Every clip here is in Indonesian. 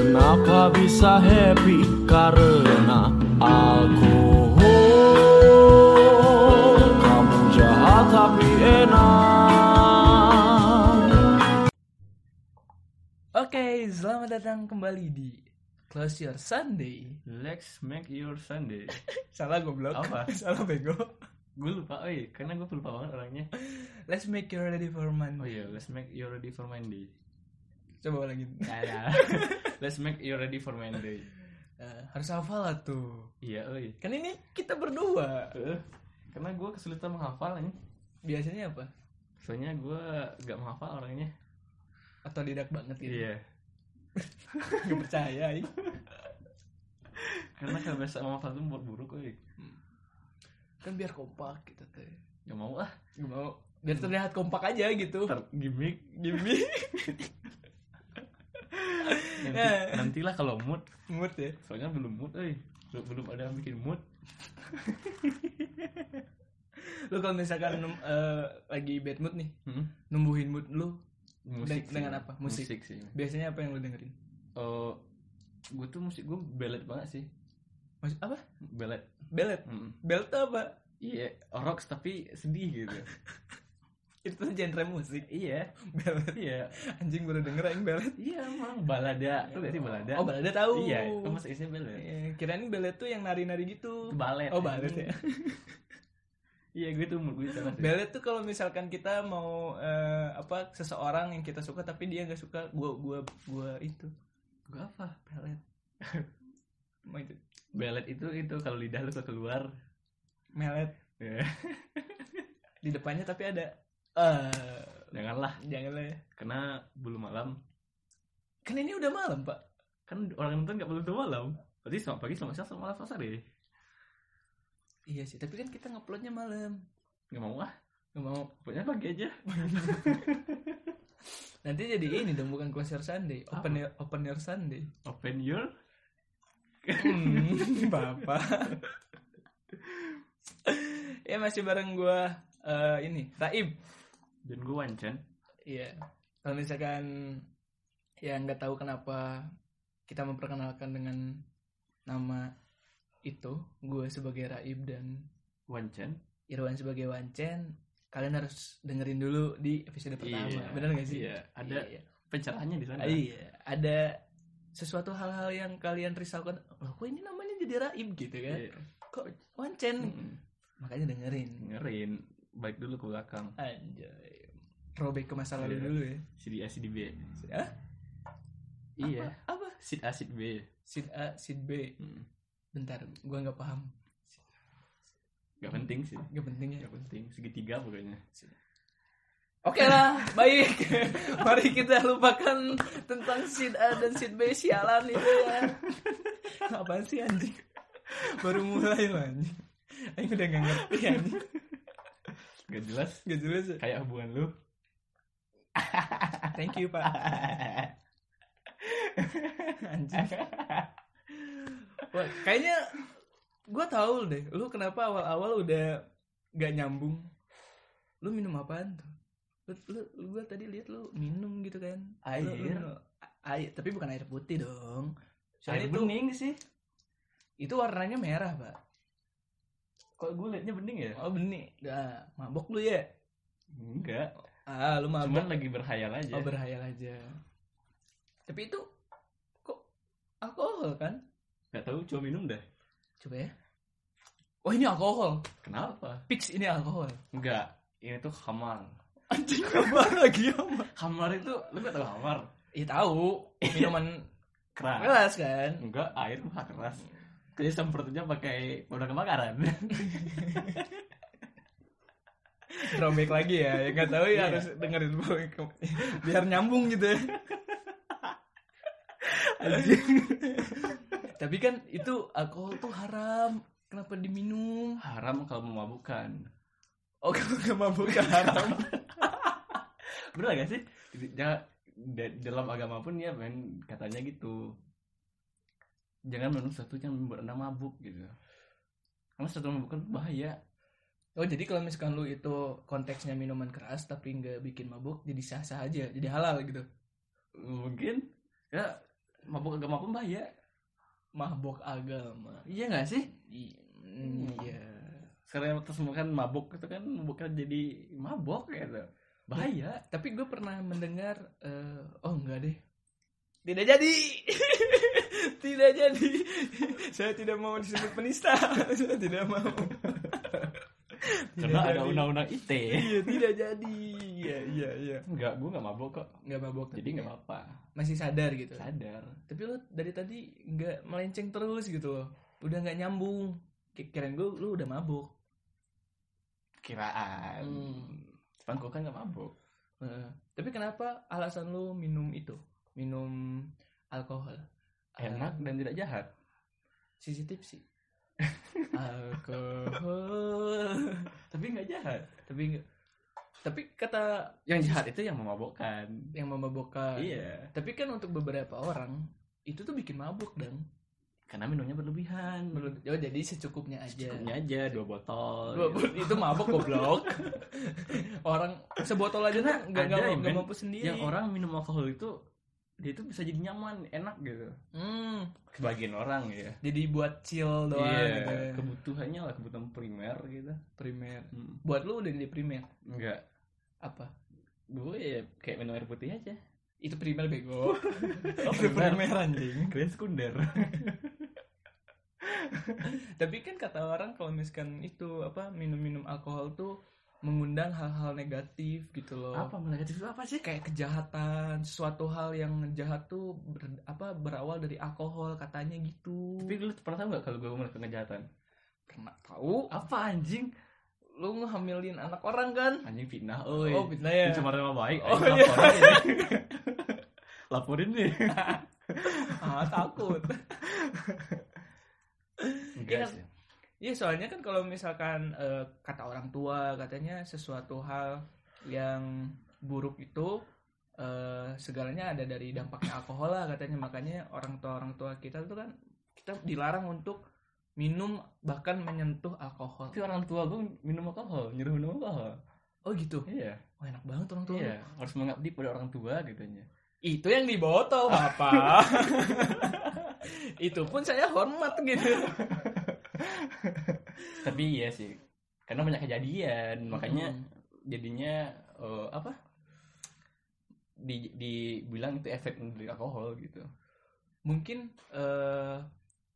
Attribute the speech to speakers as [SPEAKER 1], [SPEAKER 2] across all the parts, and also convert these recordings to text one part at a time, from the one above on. [SPEAKER 1] gak bisa happy karena alkohol Kamu jahat tapi enak
[SPEAKER 2] Oke, selamat datang kembali di Close Your Sunday.
[SPEAKER 3] Let's make your Sunday.
[SPEAKER 2] Salah goblok.
[SPEAKER 3] Apa?
[SPEAKER 2] Salah bego.
[SPEAKER 3] gue lupa, oi, karena gue lupa banget orangnya.
[SPEAKER 2] Let's make you ready for
[SPEAKER 3] Oh
[SPEAKER 2] Monday.
[SPEAKER 3] iya, let's make you ready for Monday.
[SPEAKER 2] Coba Eh, lagi.
[SPEAKER 3] Nah, let's make you ready for Monday.
[SPEAKER 2] Eh, harus hafal lah tuh.
[SPEAKER 3] Iya, oi.
[SPEAKER 2] Kan ini kita berdua.
[SPEAKER 3] Eh, karena gue kesulitan menghafal ini.
[SPEAKER 2] Biasanya apa?
[SPEAKER 3] Soalnya gue gak menghafal orangnya.
[SPEAKER 2] Atau didak banget gitu.
[SPEAKER 3] Iya.
[SPEAKER 2] Gak percaya. iya. ih.
[SPEAKER 3] Karena kebiasaan menghafal itu buat buruk, oi.
[SPEAKER 2] Kan biar kompak gitu tuh.
[SPEAKER 3] Gak mau ah.
[SPEAKER 2] Gak mau. Biar terlihat kompak aja gitu.
[SPEAKER 3] Ter gimmick.
[SPEAKER 2] Gimik.
[SPEAKER 3] Nanti,
[SPEAKER 2] Eh.
[SPEAKER 3] nantilah kalau mood.
[SPEAKER 2] Mood ya.
[SPEAKER 3] Soalnya belum mood, oi. Belum, belum ada yang bikin mood.
[SPEAKER 2] Lu kalau misalkan eh, lagi bad mood nih,
[SPEAKER 3] Hmm?
[SPEAKER 2] numbuhin mood lu
[SPEAKER 3] Musik
[SPEAKER 2] Den- dengan
[SPEAKER 3] sih.
[SPEAKER 2] apa? Musik.
[SPEAKER 3] Musik sih.
[SPEAKER 2] biasanya apa yang lu dengerin?
[SPEAKER 3] Oh, gue tuh musik gue belet banget sih.
[SPEAKER 2] Mas, apa?
[SPEAKER 3] Belet.
[SPEAKER 2] Belet.
[SPEAKER 3] Mm.
[SPEAKER 2] Belet tuh apa?
[SPEAKER 3] Iya, rocks tapi sedih gitu.
[SPEAKER 2] Itu genre musik.
[SPEAKER 3] iya,
[SPEAKER 2] Belet.
[SPEAKER 3] iya,
[SPEAKER 2] Anjing baru denger yang belet.
[SPEAKER 3] iya emang balada. Lu gak sih balada?
[SPEAKER 2] Oh, balada tahu.
[SPEAKER 3] Iya, itu mas isinya balada.
[SPEAKER 2] Iya, Kirain belet tuh yang nari-nari gitu.
[SPEAKER 3] Itu balet.
[SPEAKER 2] Oh, balet ya.
[SPEAKER 3] Iya, gue tuh umur gue sana sih.
[SPEAKER 2] Belet tuh kalau misalkan kita mau eh, apa seseorang yang kita suka tapi dia nggak suka gua gua gua itu.
[SPEAKER 3] Gue apa?
[SPEAKER 2] Belet. Mau itu?
[SPEAKER 3] Belet itu itu kalau lidah lu keluar.
[SPEAKER 2] Melet
[SPEAKER 3] Ya,
[SPEAKER 2] di depannya tapi ada eh
[SPEAKER 3] janganlah
[SPEAKER 2] janganlah ya.
[SPEAKER 3] karena belum malam.
[SPEAKER 2] Kan ini udah malam, Pak.
[SPEAKER 3] Kan orang nonton gak perlu tuh malam. Berarti selamat pagi, selamat siang, selamat malam, selamat sore.
[SPEAKER 2] Iya sih, tapi kan kita nguploadnya malam.
[SPEAKER 3] Gak mau ah,
[SPEAKER 2] Gak mau.
[SPEAKER 3] pokoknya pagi aja.
[SPEAKER 2] Nanti jadi ini dong bukan close your Sunday, open your, open your Sunday.
[SPEAKER 3] Open your
[SPEAKER 2] Hmm, Bapak. ya masih bareng gua eh, ini, Raib.
[SPEAKER 3] dan gue wancan.
[SPEAKER 2] Iya. Kalau misalkan ya nggak tahu kenapa kita memperkenalkan dengan nama itu, gue sebagai Raib dan
[SPEAKER 3] Wancan.
[SPEAKER 2] Irwan sebagai Wancen, kalian harus dengerin dulu di episode pertama.
[SPEAKER 3] Iya.
[SPEAKER 2] Bener gak sih?
[SPEAKER 3] Iya, ada pencerahannya di sana.
[SPEAKER 2] Ah, Iya, ada sesuatu hal-hal yang kalian risaukan. Loh, kok ini namanya jadi raib gitu kan?
[SPEAKER 3] Iya.
[SPEAKER 2] Kok wancen?
[SPEAKER 3] Mm-mm.
[SPEAKER 2] Makanya dengerin.
[SPEAKER 3] dengerin baik dulu ke belakang
[SPEAKER 2] Anjay. Robek ke masa lalu
[SPEAKER 3] Iya.
[SPEAKER 2] dulu ya.
[SPEAKER 3] sid A sid B
[SPEAKER 2] Hah?
[SPEAKER 3] iya
[SPEAKER 2] Apa?
[SPEAKER 3] sid A sid B
[SPEAKER 2] Sid A, Sid B.
[SPEAKER 3] Hmm.
[SPEAKER 2] Bentar, gua nggak paham.
[SPEAKER 3] gak penting sih
[SPEAKER 2] Gak penting ya.
[SPEAKER 3] gak penting segitiga pokoknya
[SPEAKER 2] Oke lah, baik. Mari kita lupakan tentang Sid A dan Sid B sialan itu ya. Apaan sih anjing? Baru mulai loh anjing. Aing udah gak ngerti anjing.
[SPEAKER 3] gak jelas
[SPEAKER 2] Gak jelas ya.
[SPEAKER 3] kayak hubungan lu
[SPEAKER 2] Thank you, Pak. Anjing. Wah, kayaknya gue tahu deh, lu kenapa awal-awal udah gak nyambung? Lu minum apaan tuh? Lu, lu, gue tadi lihat lu minum gitu kan? Lu- lu
[SPEAKER 3] Air.
[SPEAKER 2] minum a- air, tapi bukan air putih dong.
[SPEAKER 3] soalnya
[SPEAKER 2] Soalnya
[SPEAKER 3] air
[SPEAKER 2] itu
[SPEAKER 3] bening sih
[SPEAKER 2] itu warnanya merah, Pak.
[SPEAKER 3] kok gue liatnya bening ya
[SPEAKER 2] Oh benih, dah mabok lu ya?
[SPEAKER 3] enggak
[SPEAKER 2] Ah, lu mabok.
[SPEAKER 3] cuman iya. lagi berhayal aja
[SPEAKER 2] Oh berhayal aja. Tapi itu kok alkohol kan?
[SPEAKER 3] gak tahu cuma minum dah
[SPEAKER 2] Coba ya. Oh ini alkohol.
[SPEAKER 3] kenapa
[SPEAKER 2] Fix ini alkohol.
[SPEAKER 3] enggak ini tuh hamar
[SPEAKER 2] Anjing apa lagi apa?
[SPEAKER 3] hamar itu lu gak tahu hamar
[SPEAKER 2] Iya tahu minuman
[SPEAKER 3] keras
[SPEAKER 2] keras kan.
[SPEAKER 3] enggak air mah keras jadi semprotnya pakai produk kebakaran
[SPEAKER 2] Throwback lagi ya. Yang nggak tahu ya
[SPEAKER 3] Iya.
[SPEAKER 2] harus dengerin dulu. biar nyambung gitu. ya. Tapi kan itu alkohol tuh haram. Kenapa diminum?
[SPEAKER 3] haram kalau memabukkan
[SPEAKER 2] Oh kalau nggak mabuk ya haram.
[SPEAKER 3] bener gak sih Jadi, jangan- da- dalam agama pun ya men katanya gitu jangan minum satu yang membuat anda mabuk gitu karena satu mabuk kan bahaya
[SPEAKER 2] Oh jadi kalau misalkan lu itu konteksnya minuman keras tapi nggak bikin mabuk jadi sah-sah aja jadi halal gitu.
[SPEAKER 3] mungkin ya mabuk agama pun bahaya
[SPEAKER 2] mabok agama
[SPEAKER 3] iya nggak sih
[SPEAKER 2] I- mm, iya
[SPEAKER 3] sekarang terus kan mabuk itu kan bukan jadi mabok gitu bahaya
[SPEAKER 2] tapi gue pernah mendengar eh, oh enggak deh tidak jadi tidak jadi saya tidak mau disebut penista saya tidak mau
[SPEAKER 3] karena ada
[SPEAKER 2] jadi.
[SPEAKER 3] undang-undang ITE
[SPEAKER 2] iya tidak jadi iya iya iya
[SPEAKER 3] nggak gue nggak mabuk kok
[SPEAKER 2] nggak mabok
[SPEAKER 3] jadi
[SPEAKER 2] tapi
[SPEAKER 3] nggak apa-apa
[SPEAKER 2] masih sadar gitu
[SPEAKER 3] sadar
[SPEAKER 2] tapi lo dari tadi nggak melenceng terus gitu loh udah nggak nyambung Ki- kirain gue lo udah mabuk
[SPEAKER 3] kiraan
[SPEAKER 2] Hmm.
[SPEAKER 3] cuman gue kan nggak mabuk
[SPEAKER 2] Eh, tapi kenapa alasan lo minum itu minum alkohol
[SPEAKER 3] enak
[SPEAKER 2] Ah.
[SPEAKER 3] dan tidak jahat
[SPEAKER 2] sisi tipsi alkohol
[SPEAKER 3] tapi nggak jahat
[SPEAKER 2] tapi nggak- tapi kata
[SPEAKER 3] yang jahat itu yang memabokkan
[SPEAKER 2] yang memabokkan
[SPEAKER 3] iya
[SPEAKER 2] tapi kan untuk beberapa orang itu tuh bikin mabuk dan
[SPEAKER 3] karena minumnya berlebihan
[SPEAKER 2] oh, jadi secukupnya aja
[SPEAKER 3] cukupnya aja dua botol
[SPEAKER 2] Dua
[SPEAKER 3] gitu.
[SPEAKER 2] bot- itu mabok goblok orang sebotol aja kan nggak
[SPEAKER 3] ada ya,
[SPEAKER 2] nggak mampu- nggak
[SPEAKER 3] men,
[SPEAKER 2] mampu sendiri
[SPEAKER 3] yang orang minum alkohol itu dia itu bisa jadi nyaman enak gitu
[SPEAKER 2] Hmm,
[SPEAKER 3] kebagian orang ya
[SPEAKER 2] jadi buat chill doang
[SPEAKER 3] Iya.
[SPEAKER 2] gitu ya.
[SPEAKER 3] kebutuhannya lah kebutuhan primer gitu
[SPEAKER 2] primer buat lu udah jadi primer
[SPEAKER 3] enggak
[SPEAKER 2] apa
[SPEAKER 3] gue ya kayak minum air putih aja
[SPEAKER 2] itu primer bego
[SPEAKER 3] Itu Oh, primer,
[SPEAKER 2] anjing
[SPEAKER 3] keren sekunder
[SPEAKER 2] tapi kan kata orang kalau misalkan itu apa minum-minum alkohol tuh mengundang hal-hal negatif gitu loh
[SPEAKER 3] apa negatif itu apa sih
[SPEAKER 2] kayak kejahatan sesuatu hal yang jahat tuh ber- apa berawal dari alkohol katanya gitu
[SPEAKER 3] tapi lu pernah tau nggak kalau gue melakukan kejahatan
[SPEAKER 2] pernah tahu
[SPEAKER 3] apa anjing
[SPEAKER 2] lu ngehamilin anak orang kan
[SPEAKER 3] anjing fitnah oh
[SPEAKER 2] oh fitnah ya
[SPEAKER 3] cuma nama baik
[SPEAKER 2] Oh,
[SPEAKER 3] anjing,
[SPEAKER 2] iya.
[SPEAKER 3] laporin ya. laporin nih
[SPEAKER 2] ah takut
[SPEAKER 3] enggak
[SPEAKER 2] Iya.
[SPEAKER 3] sih
[SPEAKER 2] Iya soalnya kan kalau misalkan eh, kata orang tua katanya sesuatu hal yang buruk itu eh, segalanya ada dari dampaknya alkohol lah katanya makanya orang tua orang tua kita tuh kan kita dilarang untuk minum bahkan menyentuh alkohol.
[SPEAKER 3] tapi orang tua gue minum alkohol nyuruh minum alkohol
[SPEAKER 2] Oh gitu.
[SPEAKER 3] iya
[SPEAKER 2] Wah enak banget orang tua.
[SPEAKER 3] iya harus mengabdi pada orang tua gitu katanya
[SPEAKER 2] Itu yang di botol apa? itu pun saya hormat gitu.
[SPEAKER 3] tapi iya sih karena banyak kejadian makanya
[SPEAKER 2] Mm.
[SPEAKER 3] jadinya eh, apa di dibilang itu efek dari alkohol gitu
[SPEAKER 2] mungkin eh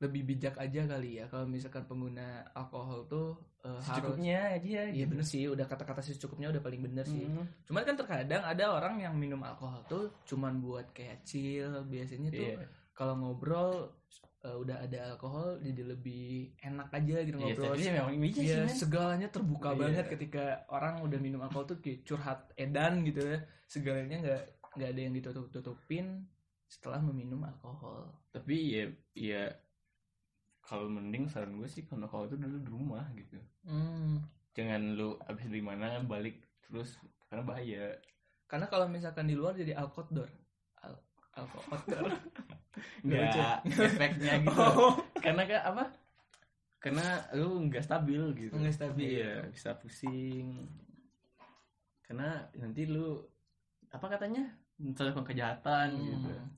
[SPEAKER 2] lebih bijak aja kali ya kalau misalkan pengguna alkohol tuh eh, harus
[SPEAKER 3] secukupnya aja
[SPEAKER 2] Iya
[SPEAKER 3] gitu.
[SPEAKER 2] bener sih, udah kata-kata secukupnya udah paling bener sih.
[SPEAKER 3] Mm.
[SPEAKER 2] Cuman kan terkadang ada orang yang minum alkohol tuh cuman buat kayak chill, biasanya tuh
[SPEAKER 3] Iya.
[SPEAKER 2] kalau ngobrol eh, udah ada alkohol jadi lebih enak aja gitu
[SPEAKER 3] Iya,
[SPEAKER 2] ngobrol.
[SPEAKER 3] tapi memang iya sih,
[SPEAKER 2] Iya,
[SPEAKER 3] men.
[SPEAKER 2] segalanya terbuka
[SPEAKER 3] Iya.
[SPEAKER 2] banget ketika orang udah minum alkohol tuh kayak curhat edan gitu ya. Segalanya nggak nggak ada yang ditutup-tutupin setelah meminum alkohol.
[SPEAKER 3] tapi ya ya kalau mending saran gue sih kalau alkohol itu dulu di rumah gitu
[SPEAKER 2] Hmm.
[SPEAKER 3] jangan lu abis dari mana balik terus karena bahaya
[SPEAKER 2] Karena kalau misalkan di luar jadi alkotdor. Al alkotdor. lucu.
[SPEAKER 3] nggak efeknya gitu
[SPEAKER 2] Oh.
[SPEAKER 3] karena kan apa karena lu nggak stabil gitu
[SPEAKER 2] Nggak stabil.
[SPEAKER 3] iya bisa pusing karena nanti lu apa katanya melakukan kejahatan gitu
[SPEAKER 2] Hmm.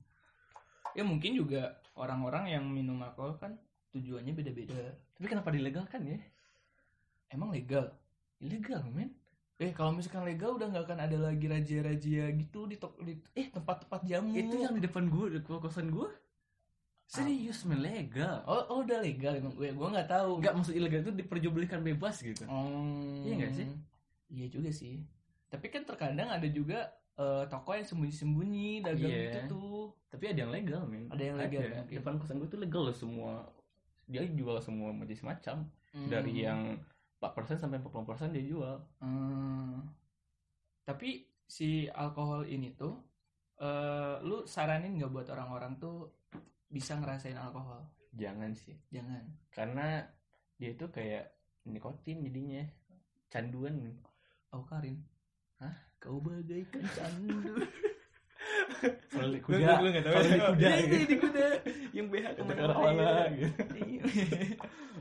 [SPEAKER 2] Ya mungkin juga orang-orang yang minum alkohol kan tujuannya beda-beda.
[SPEAKER 3] tapi kenapa dilegalkan ya
[SPEAKER 2] Hmm. Emang legal?
[SPEAKER 3] ilegal men
[SPEAKER 2] Eh kalau misalkan legal udah nggak akan ada lagi razia-razia gitu di, tok- di- eh tempat-tempat jamu.
[SPEAKER 3] itu yang di depan gua di kosan gua serius men legal
[SPEAKER 2] oh, oh, udah legal emang gue gue nggak tahu.
[SPEAKER 3] nggak maksud ilegal itu diperjualbelikan bebas gitu
[SPEAKER 2] Hmm.
[SPEAKER 3] Iya nggak sih?
[SPEAKER 2] Iya juga sih. Tapi kan terkadang ada juga eh, toko yang sembunyi-sembunyi dagang
[SPEAKER 3] Iya.
[SPEAKER 2] gitu tuh.
[SPEAKER 3] tapi ada yang legal men
[SPEAKER 2] Ada yang legal,
[SPEAKER 3] Ada.
[SPEAKER 2] oke.
[SPEAKER 3] depan kosan gua tuh legal loh semua dia jual semua macam macam dari
[SPEAKER 2] Hmm.
[SPEAKER 3] yang 4% sampai 40% dia jual
[SPEAKER 2] Hmm. Tapi si alkohol ini tuh, eh, lu saranin nggak buat orang-orang tuh bisa ngerasain alkohol?
[SPEAKER 3] jangan sih
[SPEAKER 2] Jangan.
[SPEAKER 3] karena dia itu kayak nikotin jadinya canduan
[SPEAKER 2] Oh Karin,
[SPEAKER 3] Hah?
[SPEAKER 2] Kau bagaikan candu.
[SPEAKER 3] Soalnya
[SPEAKER 2] Gue nggak tahu.
[SPEAKER 3] Soalnya kuda
[SPEAKER 2] Iya,
[SPEAKER 3] gitu.
[SPEAKER 2] iya, di kuda. Yang BH kemana-mana. iya.
[SPEAKER 3] gitu
[SPEAKER 2] Iya.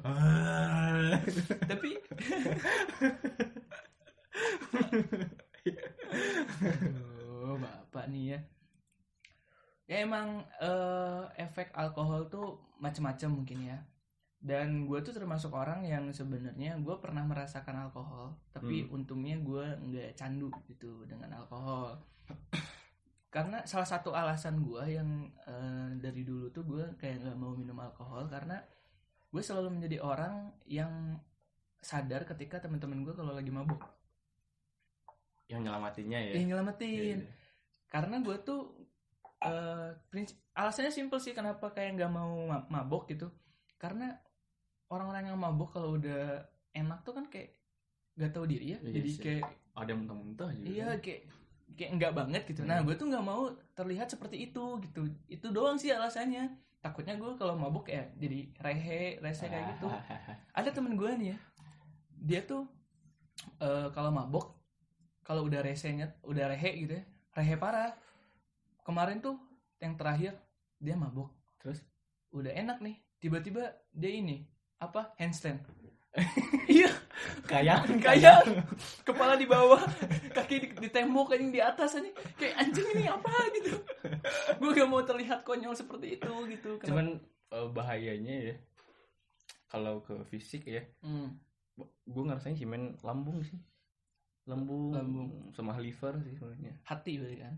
[SPEAKER 3] Ah.
[SPEAKER 2] Tapi Aduh, bapak nih ya. ya emang eh, efek alkohol tuh macem-macem mungkin ya dan gue tuh termasuk orang yang sebenarnya gue pernah merasakan alkohol tapi untungnya gue nggak candu gitu dengan alkohol karena salah satu alasan gue yang eh, dari dulu tuh gue kayak nggak mau minum alkohol karena gue selalu menjadi orang yang sadar ketika teman-teman gue kalau lagi mabuk
[SPEAKER 3] yang nyelamatinya ya
[SPEAKER 2] eh
[SPEAKER 3] Iya,
[SPEAKER 2] nyelamatin
[SPEAKER 3] iya.
[SPEAKER 2] karena gue tuh eh prinsip alasannya simpel sih kenapa kayak nggak mau ma- mabok gitu karena orang-orang yang mabok kalau udah enak tuh kan kayak nggak tahu diri ya
[SPEAKER 3] Iya
[SPEAKER 2] jadi
[SPEAKER 3] sih.
[SPEAKER 2] kayak
[SPEAKER 3] ada yang muntah-muntah juga
[SPEAKER 2] iya kayak kayak nggak banget gitu
[SPEAKER 3] Hmm.
[SPEAKER 2] nah gue tuh nggak mau terlihat seperti itu gitu itu doang sih alasannya takutnya gue kalau mabuk ya jadi rehe rese kayak gitu ada temen gue nih ya dia tuh eh, kalau mabok kalau udah resenya udah rehe gitu ya rehe parah kemarin tuh yang terakhir dia mabok
[SPEAKER 3] terus
[SPEAKER 2] udah enak nih tiba-tiba dia ini apa handstand iya
[SPEAKER 3] kayak
[SPEAKER 2] kayak kepala di bawah kaki di, di tembok anjing di atas anjing kayak anjing ini apa gitu gue gak mau terlihat konyol seperti itu gitu Kenapa-
[SPEAKER 3] cuman eh, bahayanya ya kalau ke fisik ya
[SPEAKER 2] Hmm.
[SPEAKER 3] gue ngerasain sih men lambung sih lambung,
[SPEAKER 2] Lambung.
[SPEAKER 3] sama liver sih sebenarnya
[SPEAKER 2] hati berarti kan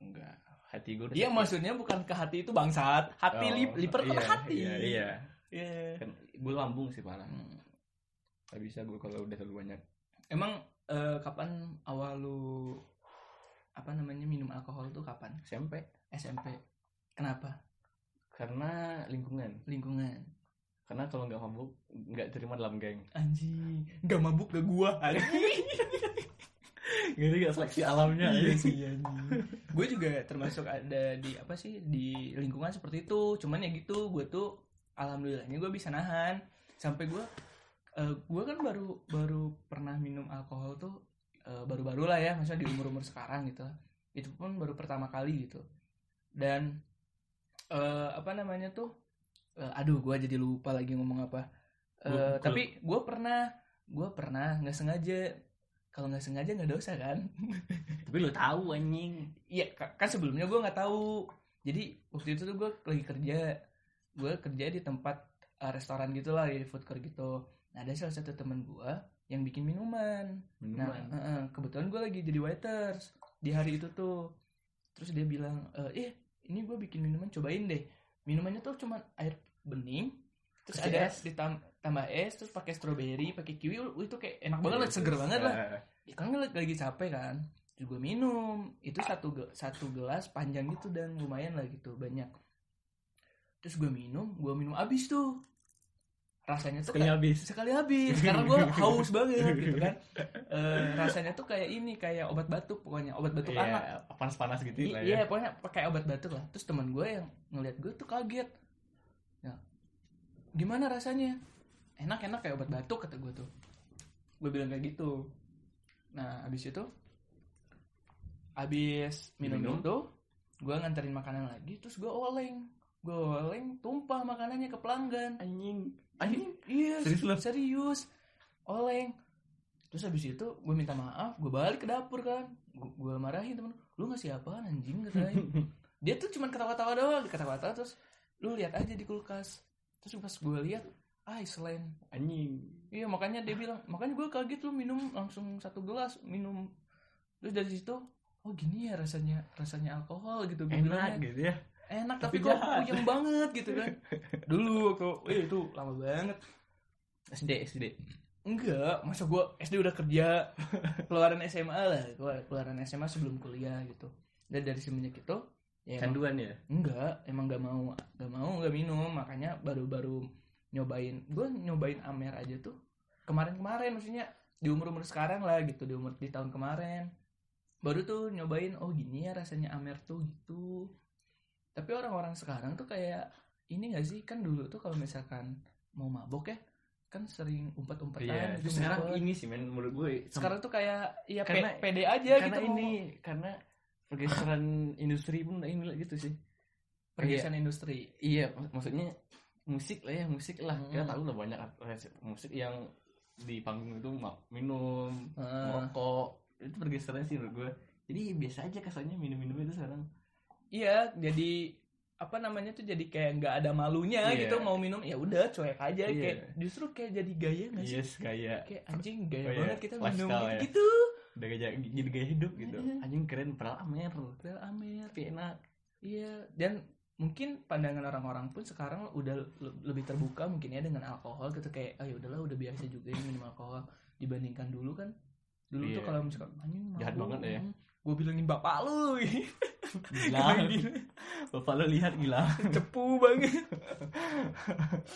[SPEAKER 3] enggak hati gue
[SPEAKER 2] Dia Iya, maksudnya bukan ke hati itu bangsat, hati lip, liver
[SPEAKER 3] iya,
[SPEAKER 2] tuh ke hati.
[SPEAKER 3] iya iya
[SPEAKER 2] Iya.
[SPEAKER 3] kan gue lambung sih parah
[SPEAKER 2] Hmm.
[SPEAKER 3] gak bisa gue kalau udah terlalu banyak
[SPEAKER 2] Emang eh, kapan awal lu apa namanya minum alkohol tuh kapan?
[SPEAKER 3] SMP
[SPEAKER 2] SMP. Kenapa?
[SPEAKER 3] karena lingkungan
[SPEAKER 2] Lingkungan.
[SPEAKER 3] karena kalau nggak mabuk nggak terima dalam geng
[SPEAKER 2] Anjing, gak mabuk gak gua. Anjing.
[SPEAKER 3] gitu gak seleksi alamnya iya sih
[SPEAKER 2] gue juga termasuk ada di apa sih di lingkungan seperti itu. Cuman ya gitu, gue tuh alhamdulillahnya gue bisa nahan sampai gue gue kan baru baru pernah minum alkohol tuh eh, baru-baru lah ya maksudnya di umur-umur sekarang gitu itu pun baru pertama kali gitu dan eh, apa namanya tuh eh, aduh gue jadi lupa lagi ngomong apa Eh,
[SPEAKER 3] Gua- gua-
[SPEAKER 2] tapi gue pernah gue pernah nggak sengaja kalau nggak sengaja nggak dosa kan
[SPEAKER 3] tapi lu tahu anjing
[SPEAKER 2] Iya, ka- kan sebelumnya gue nggak tahu. Jadi waktu itu tuh gue lagi kerja, gue kerja di tempat eh, restoran gitulah, di food court gitu. Nah ada salah satu teman gue yang bikin minuman. Nah
[SPEAKER 3] minuman
[SPEAKER 2] eh, eh, kebetulan gue lagi jadi waiters di hari itu tuh. Terus dia bilang, eh "Ih, ini gue bikin minuman, cobain deh. Minumannya tuh cuman air bening, terus
[SPEAKER 3] Kasih
[SPEAKER 2] ada
[SPEAKER 3] es.
[SPEAKER 2] ditambah es, terus pakai strawberry, pakai kiwi, Wih, itu kayak enak banget, lah, seger banget lah
[SPEAKER 3] Eh,
[SPEAKER 2] Iya, ya kan lagi, lagi capek kan Terus gue minum itu satu ge- satu gelas panjang gitu dan lumayan lah gitu banyak terus gue minum gue minum abis tuh rasanya tuh
[SPEAKER 3] sekali
[SPEAKER 2] kayak-
[SPEAKER 3] habis
[SPEAKER 2] sekali habis karena gue haus banget gitu kan Eh, rasanya tuh kayak ini kayak obat batuk pokoknya obat batuk anak
[SPEAKER 3] iya panas-panas gitu
[SPEAKER 2] I-
[SPEAKER 3] lah
[SPEAKER 2] iya
[SPEAKER 3] ya
[SPEAKER 2] pokoknya pakai obat batuk lah terus teman gue yang ngeliat gue tuh kaget Nah, gimana rasanya enak enak kayak obat batuk kata gue tuh gue bilang kayak gitu nah abis itu abis minum,
[SPEAKER 3] Minum.
[SPEAKER 2] itu gue nganterin makanan lagi terus gue oleng gue oleng tumpah makanannya ke pelanggan
[SPEAKER 3] anjing anjing
[SPEAKER 2] iya
[SPEAKER 3] Serius lu?
[SPEAKER 2] serius oleng terus habis itu gue minta maaf gue balik ke dapur kan Gu- gue marahin temen lu ngasih apaan anjing katanya dia tuh cuman ketawa-tawa doang ketawa-tawa terus lu lihat aja di kulkas terus pas gue lihat Iceland
[SPEAKER 3] anjing
[SPEAKER 2] iya makanya dia bilang makanya gue kaget lu minum langsung satu gelas minum terus dari situ oh gini ya rasanya rasanya alkohol gitu gua bilangnya
[SPEAKER 3] enak gitu ya
[SPEAKER 2] enak
[SPEAKER 3] Tapi
[SPEAKER 2] tapi, kok
[SPEAKER 3] jahat.
[SPEAKER 2] puyeng banget gitu kan dulu kok eh, itu lama banget
[SPEAKER 3] SD SD
[SPEAKER 2] enggak masa gue SD udah kerja keluaran SMA lah keluar- keluaran SMA sebelum kuliah gitu dan dari semenjak itu ya emang-
[SPEAKER 3] canduan ya
[SPEAKER 2] enggak emang nggak mau nggak mau nggak minum makanya baru-baru nyobain gue nyobain Amer aja tuh kemarin-kemarin maksudnya di umur umur sekarang lah gitu di umur di tahun kemarin baru tuh nyobain oh gini ya rasanya Amer tuh gitu tapi orang-orang sekarang tuh kayak ini gak sih kan dulu tuh kalau misalkan mau mabok ya kan sering umpet-umpetan
[SPEAKER 3] iya
[SPEAKER 2] gitu,
[SPEAKER 3] terus sekarang
[SPEAKER 2] ngumpet.
[SPEAKER 3] ini sih men menurut gue Iya,
[SPEAKER 2] sekarang tuh kayak ya pe-
[SPEAKER 3] Karena-
[SPEAKER 2] pede aja
[SPEAKER 3] karena
[SPEAKER 2] gitu
[SPEAKER 3] ini karena pergeseran industri pun ini lah gitu sih
[SPEAKER 2] mau pergeseran industri
[SPEAKER 3] iya mak- maksudnya musik lah ya musik lah kita
[SPEAKER 2] Hmm.
[SPEAKER 3] tahu lah banyak resep musik yang di panggung itu ma- minum
[SPEAKER 2] Heeh.
[SPEAKER 3] merokok itu pergeseran sih menurut gue jadi biasa aja kesannya minum-minum itu sekarang
[SPEAKER 2] iya jadi apa namanya tuh jadi kayak nggak ada malunya
[SPEAKER 3] Iya.
[SPEAKER 2] gitu mau minum ya udah cuek aja
[SPEAKER 3] Iya.
[SPEAKER 2] kayak justru kayak jadi gaya nggak sih
[SPEAKER 3] yes kayak
[SPEAKER 2] kayak anjing gaya
[SPEAKER 3] Oh, iya.
[SPEAKER 2] banget kita minum
[SPEAKER 3] Lifestyle, ya.
[SPEAKER 2] gitu
[SPEAKER 3] udah gaya jadi gaya hidup gitu
[SPEAKER 2] Mm-mm.
[SPEAKER 3] anjing keren peral amer
[SPEAKER 2] Padahal Amer
[SPEAKER 3] tapi enak
[SPEAKER 2] iya dan mungkin pandangan orang-orang pun sekarang udah le- lebih terbuka mungkin ya dengan alkohol gitu kayak ah ya udahlah udah biasa juga ini minum alkohol dibandingkan dulu kan dulu
[SPEAKER 3] Iya.
[SPEAKER 2] tuh kalau misalkan anjing
[SPEAKER 3] Jahat banget ya.
[SPEAKER 2] gue bilangin bapak lu gitu,
[SPEAKER 3] gila bapak lo lihat gila
[SPEAKER 2] cepu banget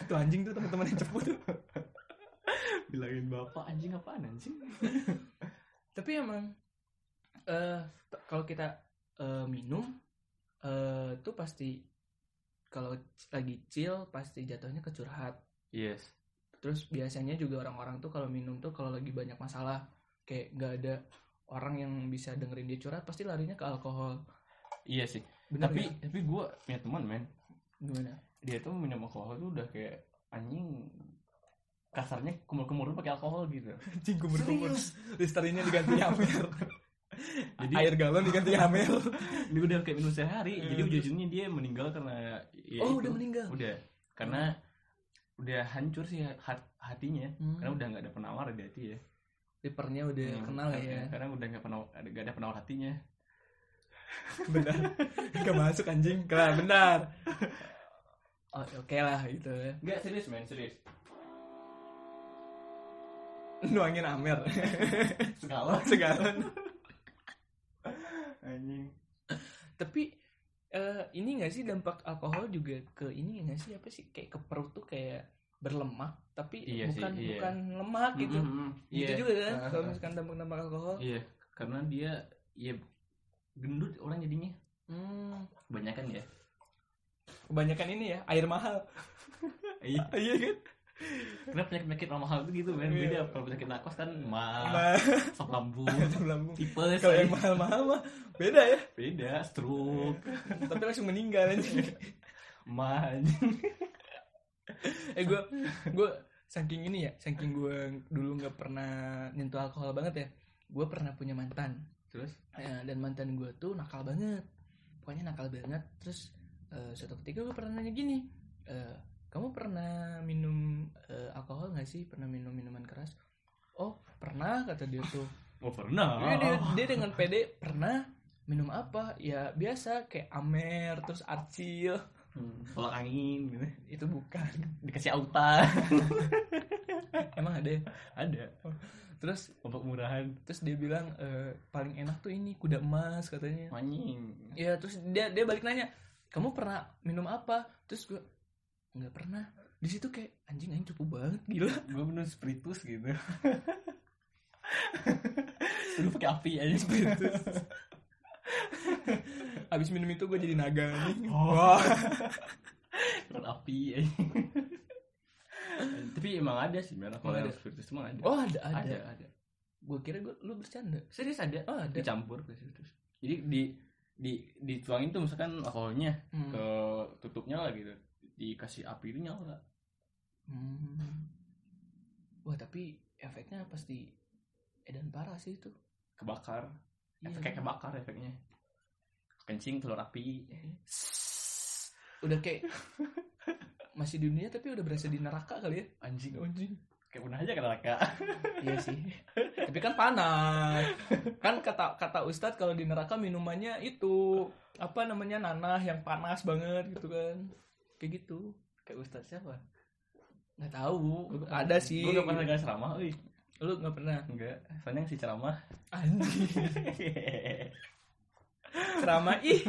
[SPEAKER 2] tuh anjing tuh teman-teman yang cepu tuh
[SPEAKER 3] bilangin bapak anjing apaan anjing
[SPEAKER 2] tapi emang eh t- kalau kita eh, minum eh tuh pasti kalau c- lagi chill pasti jatuhnya ke curhat
[SPEAKER 3] yes
[SPEAKER 2] terus biasanya juga orang-orang tuh kalau minum tuh kalau lagi banyak masalah kayak nggak ada orang yang bisa dengerin dia curhat pasti larinya ke alkohol
[SPEAKER 3] iya sih
[SPEAKER 2] Bener
[SPEAKER 3] tapi
[SPEAKER 2] ya?
[SPEAKER 3] tapi gue punya teman men
[SPEAKER 2] gimana
[SPEAKER 3] dia tuh minum alkohol tuh udah kayak anjing kasarnya kumur-kumur pakai alkohol gitu
[SPEAKER 2] anjing kumur-kumur listernya diganti hamer
[SPEAKER 3] Jadi-
[SPEAKER 2] air galon diganti hamer
[SPEAKER 3] dia udah kayak minum sehari
[SPEAKER 2] Iya,
[SPEAKER 3] jadi
[SPEAKER 2] terus?
[SPEAKER 3] ujung-ujungnya dia meninggal karena ya itu.
[SPEAKER 2] oh udah meninggal
[SPEAKER 3] udah karena udah hancur sih hat- hatinya
[SPEAKER 2] Hmm.
[SPEAKER 3] karena udah nggak ada penawar di hati ya
[SPEAKER 2] Livernya udah
[SPEAKER 3] Hmm,
[SPEAKER 2] kenal
[SPEAKER 3] karena-
[SPEAKER 2] ya
[SPEAKER 3] karena udah nggak penawar nggak ada penawar hatinya
[SPEAKER 2] benar nggak masuk anjing kelar benar oh, oke lah gitu ya
[SPEAKER 3] nggak serius men serius
[SPEAKER 2] nuangin Amer
[SPEAKER 3] segala
[SPEAKER 2] segala
[SPEAKER 3] anjing
[SPEAKER 2] tapi eh, ini nggak sih dampak alkohol juga ke ini nggak sih apa sih kayak ke perut tuh kayak berlemak tapi
[SPEAKER 3] Iya sih,
[SPEAKER 2] bukan
[SPEAKER 3] iya.
[SPEAKER 2] bukan lemak gitu
[SPEAKER 3] Mm, mm, mm.
[SPEAKER 2] gitu
[SPEAKER 3] Iya.
[SPEAKER 2] juga kan
[SPEAKER 3] Ah,
[SPEAKER 2] kalau
[SPEAKER 3] ah.
[SPEAKER 2] misalkan dampak dampak alkohol
[SPEAKER 3] iya karena dia ya gendut orang jadinya
[SPEAKER 2] hmm,
[SPEAKER 3] kebanyakan ya
[SPEAKER 2] kebanyakan ini ya air mahal
[SPEAKER 3] iya
[SPEAKER 2] iya kan
[SPEAKER 3] Karena penyakit-penyakit orang mahal tuh gitu men
[SPEAKER 2] Iya.
[SPEAKER 3] Beda kalau penyakit nakos kan mah
[SPEAKER 2] Nah,
[SPEAKER 3] Sok lambung
[SPEAKER 2] dalam lambung.
[SPEAKER 3] Tipes
[SPEAKER 2] kalau
[SPEAKER 3] ya.
[SPEAKER 2] yang mahal mahal mah beda ya
[SPEAKER 3] Beda Stroke
[SPEAKER 2] tapi langsung meninggal anjing
[SPEAKER 3] Mah
[SPEAKER 2] eh gue gue saking ini ya saking gue dulu nggak pernah nyentuh alkohol banget ya gue pernah punya mantan
[SPEAKER 3] Terus
[SPEAKER 2] Eh, dan mantan gue tuh nakal banget pokoknya nakal banget terus eh, suatu ketika gue pernah nanya gini eh, kamu pernah minum eh, alkohol nggak sih pernah minum minuman keras oh pernah kata dia tuh
[SPEAKER 3] Oh pernah
[SPEAKER 2] Iya, dia, dia dengan pede pernah minum apa ya biasa kayak amer terus arcil
[SPEAKER 3] Hmm, Tolak angin gitu
[SPEAKER 2] itu bukan
[SPEAKER 3] Dikasih auta
[SPEAKER 2] emang ada ya?
[SPEAKER 3] Ada
[SPEAKER 2] terus
[SPEAKER 3] Untuk murahan
[SPEAKER 2] terus dia bilang eh, paling enak tuh ini kuda emas katanya
[SPEAKER 3] Anjing
[SPEAKER 2] Iya terus dia dia balik nanya kamu pernah minum apa terus gue nggak pernah di situ kayak anjing anjing cupu banget gila
[SPEAKER 3] Gue minum spiritus gitu Dulu pakai api aja spiritus
[SPEAKER 2] abis minum itu gue jadi naga anjing
[SPEAKER 3] Oh. Kan api aja Tapi emang ada sih men Kalau
[SPEAKER 2] Emang ada.
[SPEAKER 3] yang spiritus emang ada
[SPEAKER 2] oh ada ada,
[SPEAKER 3] Iya. Ada ada
[SPEAKER 2] gue kira gue lu bercanda
[SPEAKER 3] Serius ada
[SPEAKER 2] oh ada
[SPEAKER 3] dicampur ke situ. Jadi di di dituangin tuh misalkan alkoholnya
[SPEAKER 2] Hmm.
[SPEAKER 3] ke tutupnya lah gitu. Dikasih api itu nyala.
[SPEAKER 2] Hmm. wah tapi efeknya pasti edan parah sih itu
[SPEAKER 3] Kebakar.
[SPEAKER 2] Iya.
[SPEAKER 3] Efek kayak kebakar efeknya. Kencing telur api.
[SPEAKER 2] udah kayak masih di dunia tapi udah berasa di neraka kali ya
[SPEAKER 3] Anjing.
[SPEAKER 2] anjing
[SPEAKER 3] Kayak punah aja kan neraka.
[SPEAKER 2] Iya sih. Tapi kan panas. Kan kata kata Ustadz kalau di neraka minumannya itu apa namanya nanah yang panas banget gitu kan. Kayak gitu.
[SPEAKER 3] Kayak ustaz siapa?
[SPEAKER 2] Nggak tahu. Ada sih.
[SPEAKER 3] Gue gak pernah gak ceramah, wih.
[SPEAKER 2] Lu nggak pernah.
[SPEAKER 3] Enggak. Soalnya yang si ceramah.
[SPEAKER 2] Anjing. Ceramah ih.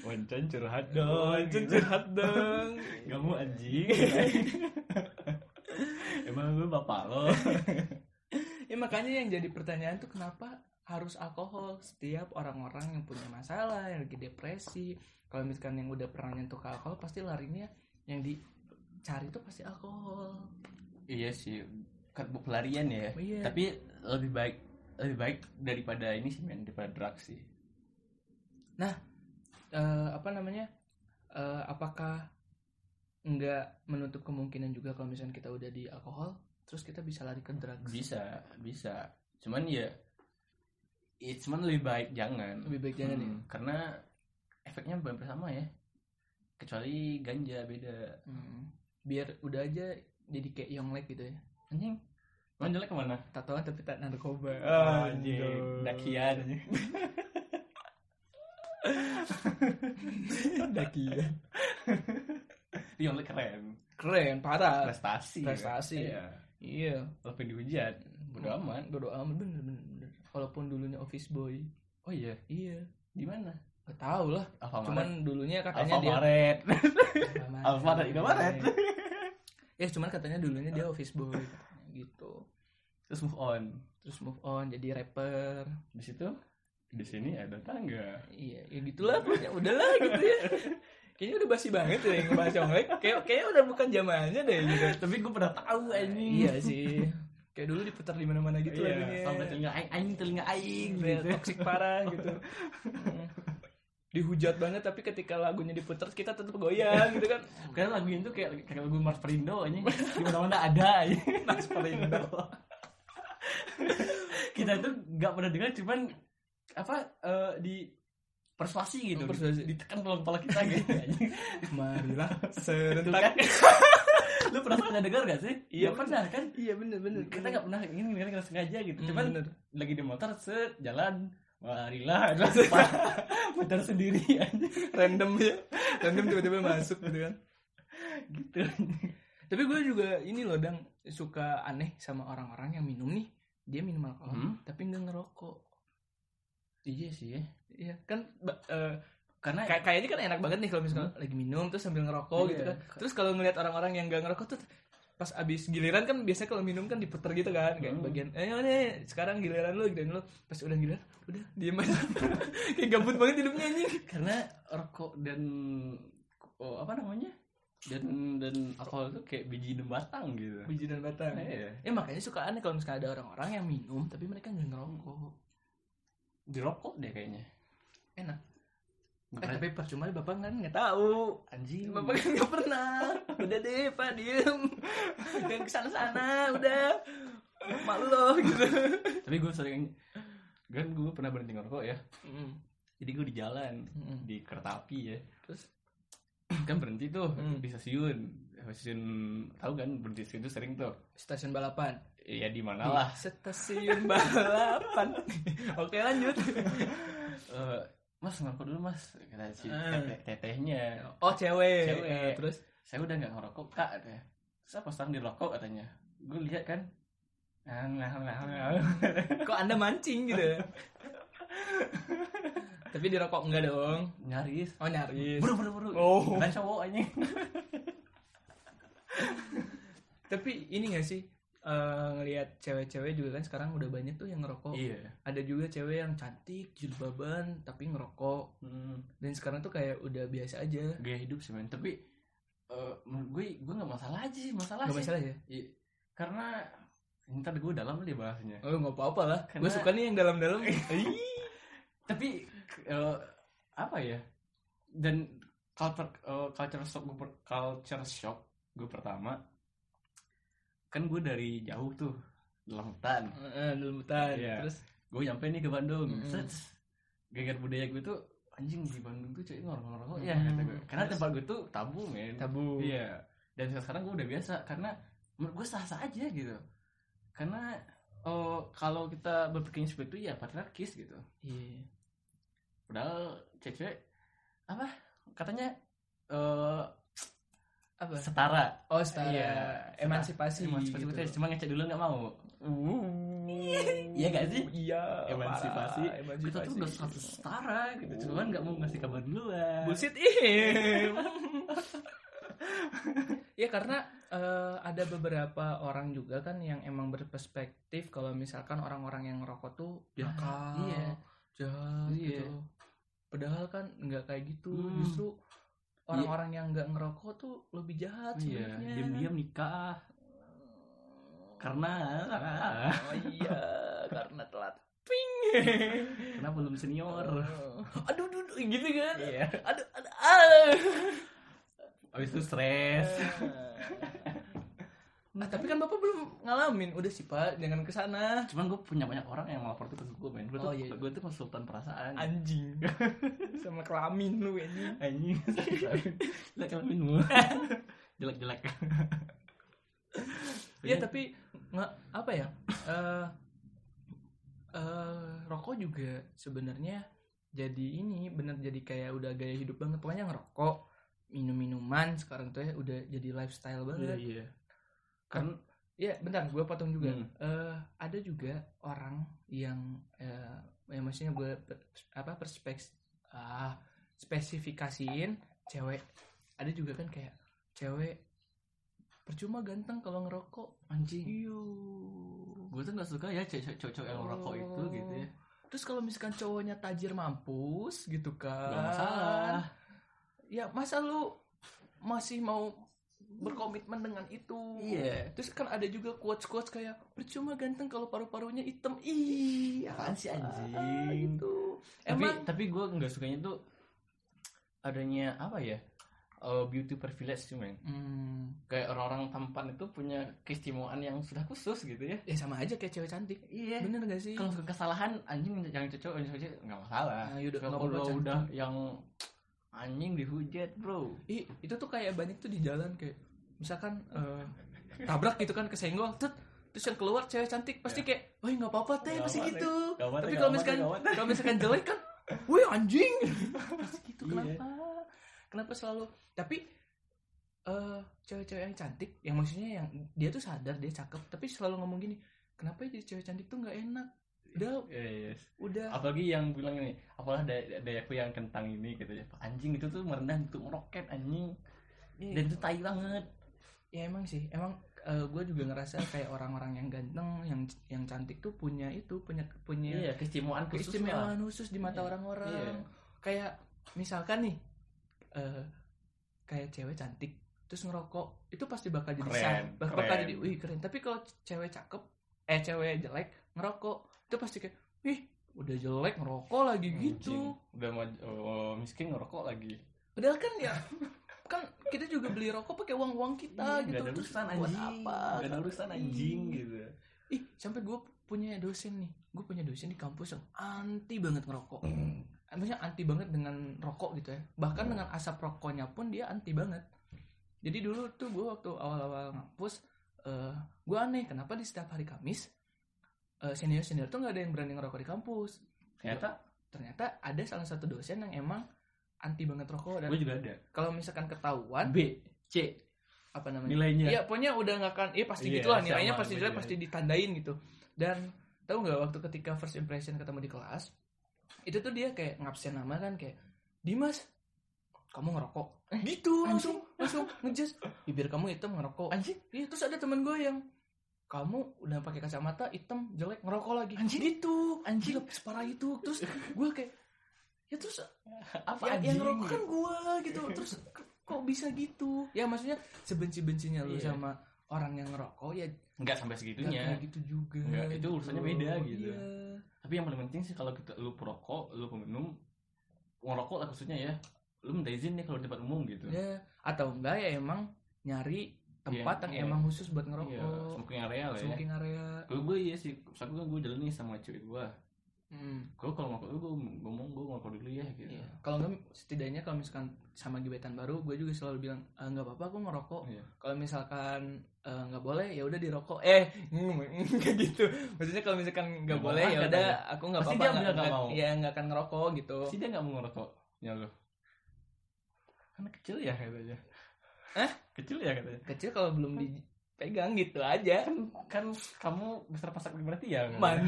[SPEAKER 3] Wancan curhat
[SPEAKER 2] Dong,
[SPEAKER 3] dong. gitu.
[SPEAKER 2] curhat dong.
[SPEAKER 3] Kamu anjing. Emang gue bapak lo.
[SPEAKER 2] Ya makanya yang jadi pertanyaan tuh kenapa harus alkohol setiap orang-orang yang punya masalah yang lagi depresi kalau misalkan yang udah pernah nyentuh ke alkohol pasti larinya yang dicari tuh pasti alkohol
[SPEAKER 3] Iya sih, kan bu- pelarian ya.
[SPEAKER 2] Iya.
[SPEAKER 3] Tapi lebih baik lebih baik daripada ini sih men daripada drugs sih.
[SPEAKER 2] eh, apa namanya eh, apakah nggak menutup kemungkinan juga kalau misalnya kita udah di alkohol terus kita bisa lari ke drugs
[SPEAKER 3] Bisa, bisa. Cuman ya ya, cuman lebih baik jangan
[SPEAKER 2] Lebih baik jangan ya.
[SPEAKER 3] Hmm, karena efeknya hampir sama ya kecuali ganja beda
[SPEAKER 2] Hmm. Biar udah aja jadi kayak Yonglek gitu ya.
[SPEAKER 3] anjing Emang jelek kemana?
[SPEAKER 2] Tatoan tapi tak narkoba.
[SPEAKER 3] Anjing, dakian anjing.
[SPEAKER 2] Dakian.
[SPEAKER 3] Yang jelek Iya, keren.
[SPEAKER 2] Keren, parah.
[SPEAKER 3] Prestasi.
[SPEAKER 2] Prestasi. ya.
[SPEAKER 3] Iya.
[SPEAKER 2] Iya. Hmm.
[SPEAKER 3] Walaupun dihujat, bodo amat.
[SPEAKER 2] Bodo amat bener bener bener. Walaupun dulunya office boy.
[SPEAKER 3] Oh iya,
[SPEAKER 2] Iya.
[SPEAKER 3] di mana?
[SPEAKER 2] Gak tau lah.
[SPEAKER 3] Alfamaret.
[SPEAKER 2] Cuman dulunya katanya dia
[SPEAKER 3] Alfamaret.
[SPEAKER 2] Alfamaret.
[SPEAKER 3] Alfamaret, Indomaret.
[SPEAKER 2] ya cuman katanya dulunya dia office boy katanya gitu.
[SPEAKER 3] Terus move on.
[SPEAKER 2] Terus move on jadi rapper.
[SPEAKER 3] Di situ di sini ada tangga.
[SPEAKER 2] Iya, ya gitulah pokoknya udahlah gitu ya. Kayaknya udah basi banget ya yang ngebahas Yonglek. Kayak kayaknya udah bukan zamannya deh gitu.
[SPEAKER 3] Tapi gue pernah tahu anjing.
[SPEAKER 2] iya sih. Kayak dulu diputar di mana-mana gitu
[SPEAKER 3] Iya,
[SPEAKER 2] lagunya.
[SPEAKER 3] sampai telinga aing, aing telinga aing
[SPEAKER 2] Kayak toxic parah gitu. Mm. Dihujat banget tapi ketika lagunya diputar kita tetap goyang gitu kan.
[SPEAKER 3] Karena lagu itu kayak kayak lagu Mars Perindo anjing. Di mana-mana ada anjing. Mars Perindo. Kita tuh nggak pernah dengar cuman apa eh, di persuasi gitu.
[SPEAKER 2] Persuasi.
[SPEAKER 3] Ditekan kepala kepala kita gitu anjing.
[SPEAKER 2] Marilah
[SPEAKER 3] Itu
[SPEAKER 2] serentak.
[SPEAKER 3] kan. Lu pernah pernah dengar gak sih?
[SPEAKER 2] Iya,
[SPEAKER 3] Nggak pernah kan?
[SPEAKER 2] Iya bener-bener.
[SPEAKER 3] Kita nggak pernah ingin dengar nggak sengaja gitu.
[SPEAKER 2] Mm,
[SPEAKER 3] Cuman
[SPEAKER 2] bener.
[SPEAKER 3] lagi di motor set jalan Marilah, adalah motor sendiri anjing.
[SPEAKER 2] random ya. Random tiba-tiba masuk gitu kan.
[SPEAKER 3] gitu. anjing.
[SPEAKER 2] Tapi gue juga ini loh dang suka aneh sama orang-orang yang minum nih. Dia minum alkohol
[SPEAKER 3] Hmm?
[SPEAKER 2] tapi nggak ngerokok.
[SPEAKER 3] Iya sih ya.
[SPEAKER 2] Iya kan ba- eh,
[SPEAKER 3] Karena
[SPEAKER 2] kayak kayaknya kan enak banget nih kalau misalnya lagi minum terus sambil ngerokok
[SPEAKER 3] Iya.
[SPEAKER 2] gitu kan. Terus kalau ngelihat orang-orang yang nggak ngerokok tuh pas abis giliran kan biasanya kalau minum kan diputer gitu kan kayak
[SPEAKER 3] Hmm.
[SPEAKER 2] bagian eh nih sekarang giliran lu giliran lu pas udah giliran udah diem aja kayak gabut banget hidupnya anjing
[SPEAKER 3] karena rokok dan oh, apa namanya dan dan alkohol itu kayak biji dan batang gitu
[SPEAKER 2] biji dan batang
[SPEAKER 3] Iya.
[SPEAKER 2] ya makanya suka aneh kalau misalnya ada orang-orang yang minum tapi mereka nggak ngerokok
[SPEAKER 3] di rokok deh kayaknya
[SPEAKER 2] enak eh,
[SPEAKER 3] Bukan.
[SPEAKER 2] tapi percuma bapak kan nggak tahu
[SPEAKER 3] anjing
[SPEAKER 2] Bapak kan gak pernah. Udah deh, Pak, diem. Jangan kesana sana, udah. Malu loh, gitu.
[SPEAKER 3] tapi gue sering kan gue pernah berhenti ngerokok ya
[SPEAKER 2] Mm,
[SPEAKER 3] jadi gue di jalan
[SPEAKER 2] mm.
[SPEAKER 3] di kereta api ya
[SPEAKER 2] Terus,
[SPEAKER 3] kan berhenti tuh
[SPEAKER 2] Hmm.
[SPEAKER 3] di stasiun stasiun tahu kan berhenti di stasiun tuh sering tuh
[SPEAKER 2] stasiun balapan.
[SPEAKER 3] ya di mana lah
[SPEAKER 2] Di Stasiun balapan. Oke, lanjut.
[SPEAKER 3] Eh, mas ngerokok dulu mas kata si
[SPEAKER 2] Hmm.
[SPEAKER 3] teteh- tetehnya
[SPEAKER 2] Oh, cewek.
[SPEAKER 3] Cewek.
[SPEAKER 2] Eh, Terus,
[SPEAKER 3] saya udah nggak ngerokok kak katanya terus apa sekarang di rokok katanya gue lihat kan nah, nah, nah, nah.
[SPEAKER 2] kok Anda mancing, gitu. Tapi dirokok enggak dong.
[SPEAKER 3] nyaris
[SPEAKER 2] Oh, nyaris.
[SPEAKER 3] buru buru buru
[SPEAKER 2] Oh.
[SPEAKER 3] kan cowok aja
[SPEAKER 2] Tapi ini gak sih? eh, ngelihat cewek-cewek juga kan sekarang udah banyak tuh yang ngerokok.
[SPEAKER 3] iya
[SPEAKER 2] Ada juga cewek yang cantik, jilbaban, tapi ngerokok.
[SPEAKER 3] hmm,
[SPEAKER 2] dan sekarang tuh kayak udah biasa aja
[SPEAKER 3] gaya hidup sih men tapi eh, menurut gue gue nggak masalah aja sih masalah
[SPEAKER 2] nggak
[SPEAKER 3] sih
[SPEAKER 2] masalah ya
[SPEAKER 3] Iya. karena ntar gue dalam deh bahasnya
[SPEAKER 2] oh nggak apa-apa lah
[SPEAKER 3] Karena-
[SPEAKER 2] gue suka nih yang dalam-dalam
[SPEAKER 3] tapi eh, apa ya dan culture eh, culture shock gue per- culture shock gue pertama kan gue dari jauh tuh dalam hutan
[SPEAKER 2] Heeh, dalam hutan
[SPEAKER 3] Iya.
[SPEAKER 2] terus
[SPEAKER 3] gue nyampe nih ke Bandung
[SPEAKER 2] Mm-mm.
[SPEAKER 3] set geger budaya gue tuh anjing di Bandung tuh cuy ngorok-ngorok ya
[SPEAKER 2] Mm.
[SPEAKER 3] kata gue karena
[SPEAKER 2] Terus?
[SPEAKER 3] tempat gue tuh tabu men
[SPEAKER 2] tabu
[SPEAKER 3] iya dan sekarang gue udah biasa karena menurut gue sah-sah aja gitu karena oh, kalau kita berpikir seperti itu ya patriarkis gitu
[SPEAKER 2] Iya.
[SPEAKER 3] padahal cewek apa katanya eh
[SPEAKER 2] apa
[SPEAKER 3] setara
[SPEAKER 2] oh setara
[SPEAKER 3] Iya, setara.
[SPEAKER 2] emansipasi
[SPEAKER 3] emansipasi
[SPEAKER 2] gitu.
[SPEAKER 3] gitu. cuma ngecek dulu nggak mau
[SPEAKER 2] Uh,
[SPEAKER 3] Iya nggak sih?
[SPEAKER 2] iya
[SPEAKER 3] Emansipasi.
[SPEAKER 2] parah, emansipasi
[SPEAKER 3] kita tuh udah status setara gitu cuman nggak mau ngasih kabar duluan
[SPEAKER 2] bullshit ih ya karena eh, ada beberapa orang juga kan yang emang berperspektif kalau misalkan orang-orang yang ngerokok tuh
[SPEAKER 3] Jahat,
[SPEAKER 2] nakal,
[SPEAKER 3] iya.
[SPEAKER 2] jahat
[SPEAKER 3] Iya.
[SPEAKER 2] gitu. Padahal kan nggak kayak gitu,
[SPEAKER 3] Hmm.
[SPEAKER 2] justru orang-orang yang nggak ngerokok tuh lebih jahat
[SPEAKER 3] iya
[SPEAKER 2] sebenarnya.
[SPEAKER 3] diam-diam nikah karena
[SPEAKER 2] Oh iya, karena telat ping.
[SPEAKER 3] karena belum senior
[SPEAKER 2] aduh, aduh, aduh, gitu kan?
[SPEAKER 3] iya
[SPEAKER 2] Aduh, aduh, ah. Eh.
[SPEAKER 3] abis itu stres
[SPEAKER 2] Ah, tapi kan bapak belum ngalamin. Udah sih pak, jangan ke sana.
[SPEAKER 3] cuman gue punya banyak orang yang melapor tuh ke gue men gue tuh
[SPEAKER 2] Oh, iya, iya.
[SPEAKER 3] gue tuh konsultan perasaan
[SPEAKER 2] Anjing. Sama kelamin lu ini.
[SPEAKER 3] anjing jelek kelaminmu jelek jelek
[SPEAKER 2] Iya tapi nggak apa ya? eh eh, rokok juga sebenarnya jadi ini bener jadi kayak udah gaya hidup banget pokoknya ngerokok minum minuman sekarang tuh ya udah jadi lifestyle
[SPEAKER 3] iya
[SPEAKER 2] banget.
[SPEAKER 3] iya karena
[SPEAKER 2] Iya bentar gue potong juga.
[SPEAKER 3] Hmm.
[SPEAKER 2] Eh, ada juga orang yang eh ya maksudnya gue per- apa perspeks ah spesifikasiin cewek ada juga kan kayak cewek percuma ganteng kalau ngerokok Iya.
[SPEAKER 3] anjing
[SPEAKER 2] Iyo.
[SPEAKER 3] gue tuh nggak suka ya cewek cowok yang ngerokok
[SPEAKER 2] Oh.
[SPEAKER 3] itu gitu ya
[SPEAKER 2] Terus kalau misalkan cowoknya tajir mampus gitu kan.
[SPEAKER 3] Nggak masalah.
[SPEAKER 2] Ya masa lu masih mau berkomitmen dengan itu.
[SPEAKER 3] Iya.
[SPEAKER 2] Terus kan ada juga quotes-quotes kayak percuma ganteng kalau paru-parunya hitam. Iya.
[SPEAKER 3] Apaan sih, anjing?
[SPEAKER 2] Gitu.
[SPEAKER 3] tapi
[SPEAKER 2] Emang
[SPEAKER 3] tapi gue nggak sukanya tuh adanya apa ya eh, beauty privilege sih men
[SPEAKER 2] hmm,
[SPEAKER 3] kayak orang-orang tampan itu punya keistimewaan yang sudah khusus gitu ya
[SPEAKER 2] ya sama aja kayak cewek cantik.
[SPEAKER 3] iya
[SPEAKER 2] Bener gak sih?
[SPEAKER 3] kalau ke kesalahan anjing yang cocok yang cocok nggak masalah
[SPEAKER 2] Ah, yaudah,
[SPEAKER 3] kalau
[SPEAKER 2] nggak
[SPEAKER 3] iya,
[SPEAKER 2] apa-apa,
[SPEAKER 3] udah
[SPEAKER 2] Chan.
[SPEAKER 3] udah yang anjing dihujat bro
[SPEAKER 2] Ih, itu tuh kayak banyak tuh di jalan kayak misalkan eh, tabrak gitu kan kesenggol tut, terus yang keluar cewek cantik pasti kayak wah nggak apa-apa teh
[SPEAKER 3] Iya. Nggak
[SPEAKER 2] pasti
[SPEAKER 3] apa-apa,
[SPEAKER 2] gitu
[SPEAKER 3] Teh. Nggak apa-apa,
[SPEAKER 2] tapi
[SPEAKER 3] Teh,
[SPEAKER 2] kalau
[SPEAKER 3] nggak apa-apa,
[SPEAKER 2] misalkan
[SPEAKER 3] nggak apa-apa.
[SPEAKER 2] kalau misalkan jelek kan wih anjing Pasti gitu
[SPEAKER 3] Iya.
[SPEAKER 2] kenapa kenapa selalu tapi eh, cewek-cewek yang cantik yang maksudnya yang dia tuh sadar dia cakep tapi selalu ngomong gini kenapa ya jadi cewek cantik tuh nggak enak udah
[SPEAKER 3] Iya, yes.
[SPEAKER 2] udah
[SPEAKER 3] apalagi yang bilang ini apalah daya, dayaku yang kentang ini gitu ya anjing itu tuh merendah untuk meroket anjing
[SPEAKER 2] Iya.
[SPEAKER 3] dan itu tai banget
[SPEAKER 2] Ya emang sih, emang gue juga ngerasa kayak orang-orang yang ganteng, yang yang cantik tuh punya itu, punya punya
[SPEAKER 3] iya keistimewaan khusus lah.
[SPEAKER 2] keistimewaan khusus di mata
[SPEAKER 3] Iya.
[SPEAKER 2] orang-orang.
[SPEAKER 3] Iya.
[SPEAKER 2] Kayak misalkan nih, eh, kayak cewek cantik terus ngerokok, itu pasti bakal jadi
[SPEAKER 3] Keren,
[SPEAKER 2] sah, bak- bakal
[SPEAKER 3] keren.
[SPEAKER 2] jadi wih keren. Tapi kalau cewek cakep, eh cewek jelek ngerokok, itu pasti kayak wih udah jelek ngerokok lagi gitu.
[SPEAKER 3] Anjing. udah mau oh, miskin ngerokok lagi
[SPEAKER 2] Padahal kan ya kan kita juga beli rokok pakai uang uang kita gitu.
[SPEAKER 3] Iya, Nggak ada
[SPEAKER 2] Terus
[SPEAKER 3] urusan
[SPEAKER 2] buat
[SPEAKER 3] Ah, anjing
[SPEAKER 2] apa?
[SPEAKER 3] Nggak ada urusan anjing gitu
[SPEAKER 2] ih sampai gue punya dosen nih gue punya dosen di kampus yang anti banget ngerokok maksudnya anti banget dengan rokok gitu ya bahkan dengan asap rokoknya pun dia anti banget jadi dulu tuh gue waktu awal-awal ngampus eh gue aneh kenapa di setiap hari Kamis senior senior tuh nggak ada yang berani ngerokok di kampus
[SPEAKER 3] ternyata
[SPEAKER 2] ternyata ada salah satu dosen yang emang anti banget rokok dan
[SPEAKER 3] gue juga ada
[SPEAKER 2] kalau misalkan ketahuan
[SPEAKER 3] B C
[SPEAKER 2] apa namanya
[SPEAKER 3] Kan? nilainya
[SPEAKER 2] Iya, pokoknya udah nggak akan, iya pasti
[SPEAKER 3] Iya,
[SPEAKER 2] gitulah nilainya
[SPEAKER 3] sama,
[SPEAKER 2] pasti
[SPEAKER 3] gua
[SPEAKER 2] jelek
[SPEAKER 3] juga.
[SPEAKER 2] pasti ditandain gitu. Dan tahu nggak waktu ketika first impression ketemu di kelas, itu tuh dia kayak ngabsen nama kan kayak Dimas, kamu ngerokok. Gitu langsung langsung ngejes bibir kamu hitam ngerokok.
[SPEAKER 3] anjing
[SPEAKER 2] Iya, terus ada teman gue yang kamu udah pakai kacamata hitam jelek ngerokok lagi. Anjing gitu, anjing separah itu. Terus gue kayak ya terus
[SPEAKER 3] apa
[SPEAKER 2] yang, yang
[SPEAKER 3] anjing
[SPEAKER 2] ngerokok kan gua gitu terus k- kok bisa gitu ya maksudnya sebenci bencinya lu
[SPEAKER 3] Iya.
[SPEAKER 2] sama orang yang ngerokok ya
[SPEAKER 3] nggak sampai
[SPEAKER 2] nggak
[SPEAKER 3] segitunya
[SPEAKER 2] kayak gitu juga
[SPEAKER 3] Nggak, itu urusannya beda gitu.
[SPEAKER 2] Iya.
[SPEAKER 3] tapi yang paling penting sih kalau kita lu perokok lu peminum ngerokok lah khususnya ya lu minta izin nih kalau di tempat umum gitu
[SPEAKER 2] ya atau enggak ya emang nyari
[SPEAKER 3] Iya,
[SPEAKER 2] tempat yang
[SPEAKER 3] iya.
[SPEAKER 2] emang khusus buat
[SPEAKER 3] iya
[SPEAKER 2] ngerokok
[SPEAKER 3] smoking area lah ya
[SPEAKER 2] smoking area
[SPEAKER 3] kalau gue iya sih misalnya gue jalan nih sama cewek gue
[SPEAKER 2] Hmm,
[SPEAKER 3] gue kalau ngerokok dulu gue ngomong gue ngerokok dulu ya gitu
[SPEAKER 2] iya. kalau enggak setidaknya kalau misalkan sama gebetan baru gue juga selalu bilang "Ah, nggak apa-apa aku ngerokok
[SPEAKER 3] Iya.
[SPEAKER 2] kalau misalkan eh, nggak boleh ya udah dirokok eh mm, kayak gitu maksudnya kalau misalkan nggak
[SPEAKER 3] Nggak
[SPEAKER 2] boleh
[SPEAKER 3] mau ah,
[SPEAKER 2] ya udah
[SPEAKER 3] katanya.
[SPEAKER 2] aku nggak
[SPEAKER 3] Pasti
[SPEAKER 2] apa-apa
[SPEAKER 3] dia bilang nggak mau.
[SPEAKER 2] ya nggak akan ngerokok gitu
[SPEAKER 3] Pasti dia nggak mau ngerokok ya lo anak kecil ya katanya
[SPEAKER 2] Hah?
[SPEAKER 3] kecil ya katanya
[SPEAKER 2] kecil kalau belum dipegang gitu aja
[SPEAKER 3] kan kan kamu besar pasak di perhatian kan?
[SPEAKER 2] man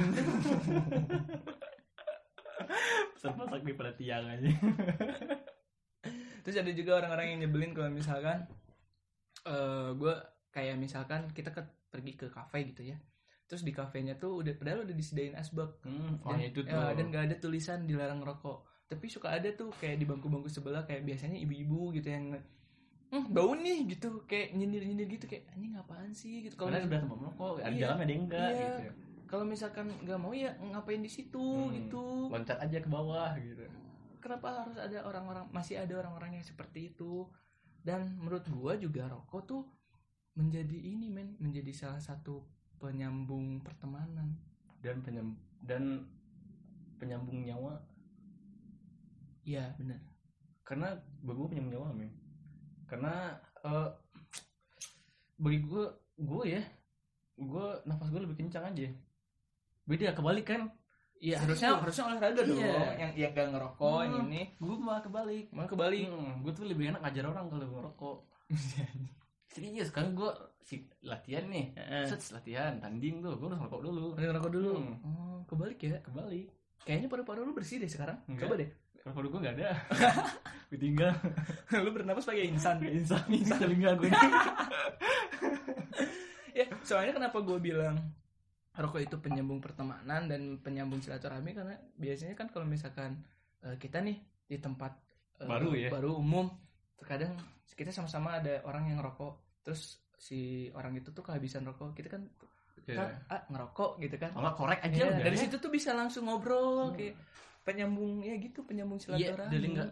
[SPEAKER 3] besar pasak di perhatian aja
[SPEAKER 2] terus ada juga orang-orang yang nyebelin kalau misalkan eh gue kayak misalkan kita ke- pergi ke kafe gitu ya terus di kafenya tuh udah padahal udah disediain asbak
[SPEAKER 3] hmm, oh
[SPEAKER 2] Dan-
[SPEAKER 3] ya itu tuh
[SPEAKER 2] ya, dan gak ada tulisan dilarang ngerokok tapi suka ada tuh kayak di bangku-bangku sebelah kayak biasanya ibu-ibu gitu yang hmm, bau nih gitu kayak nyindir-nyindir gitu kayak anjing apaan sih gitu kalau
[SPEAKER 3] Padahal
[SPEAKER 2] mis-
[SPEAKER 3] udah tempat merokok, ada
[SPEAKER 2] Iya.
[SPEAKER 3] jalan ada yang enggak
[SPEAKER 2] Iya.
[SPEAKER 3] gitu.
[SPEAKER 2] kalau misalkan nggak mau ya ngapain di situ
[SPEAKER 3] Hmm.
[SPEAKER 2] gitu
[SPEAKER 3] Loncat aja ke bawah gitu.
[SPEAKER 2] kenapa harus ada orang-orang masih ada orang-orang yang seperti itu dan menurut gua juga rokok tuh menjadi ini men menjadi salah satu penyambung pertemanan
[SPEAKER 3] dan penyam dan penyambung nyawa
[SPEAKER 2] iya benar
[SPEAKER 3] karena bagi gue penyambung nyawa men karena eh, bagi gue gue ya gue nafas gue lebih kencang aja beda kebalik kan
[SPEAKER 2] iya
[SPEAKER 3] Serius,
[SPEAKER 2] harusnya
[SPEAKER 3] Bu.
[SPEAKER 2] harusnya olahraga dong
[SPEAKER 3] Iya.
[SPEAKER 2] yang yang gak ngerokok
[SPEAKER 3] Hmm.
[SPEAKER 2] ini
[SPEAKER 3] gue malah kebalik
[SPEAKER 2] malah kebalik
[SPEAKER 3] Hmm, gue tuh lebih enak ngajar orang kalau ngerokok serius kan gue si latihan nih
[SPEAKER 2] Heeh.
[SPEAKER 3] Sets, latihan tanding tuh gue harus ngerokok dulu
[SPEAKER 2] Mending ngerokok dulu
[SPEAKER 3] Hmm.
[SPEAKER 2] oh, kebalik ya
[SPEAKER 3] kebalik
[SPEAKER 2] kayaknya paru-paru lu bersih deh sekarang
[SPEAKER 3] Enggak.
[SPEAKER 2] coba deh
[SPEAKER 3] kalau produk gue nggak ada ditinggal
[SPEAKER 2] lu bernapas pakai insan
[SPEAKER 3] insan insan tinggal gue ini
[SPEAKER 2] ya soalnya kenapa gue bilang rokok itu penyambung pertemanan dan penyambung silaturahmi karena biasanya kan kalau misalkan eh, kita nih di tempat eh,
[SPEAKER 3] Baru ya?
[SPEAKER 2] baru umum terkadang kita sama-sama ada orang yang ngerokok terus si orang itu tuh kehabisan rokok kita kan "Kak, ah, ngerokok gitu kan
[SPEAKER 3] kalau nggak korek aja
[SPEAKER 2] Iya,
[SPEAKER 3] udah
[SPEAKER 2] dari
[SPEAKER 3] ya.
[SPEAKER 2] situ tuh bisa langsung ngobrol
[SPEAKER 3] Hmm.
[SPEAKER 2] kayak penyambung ya gitu penyambung
[SPEAKER 3] iya
[SPEAKER 2] silaturahmi
[SPEAKER 3] dari nggak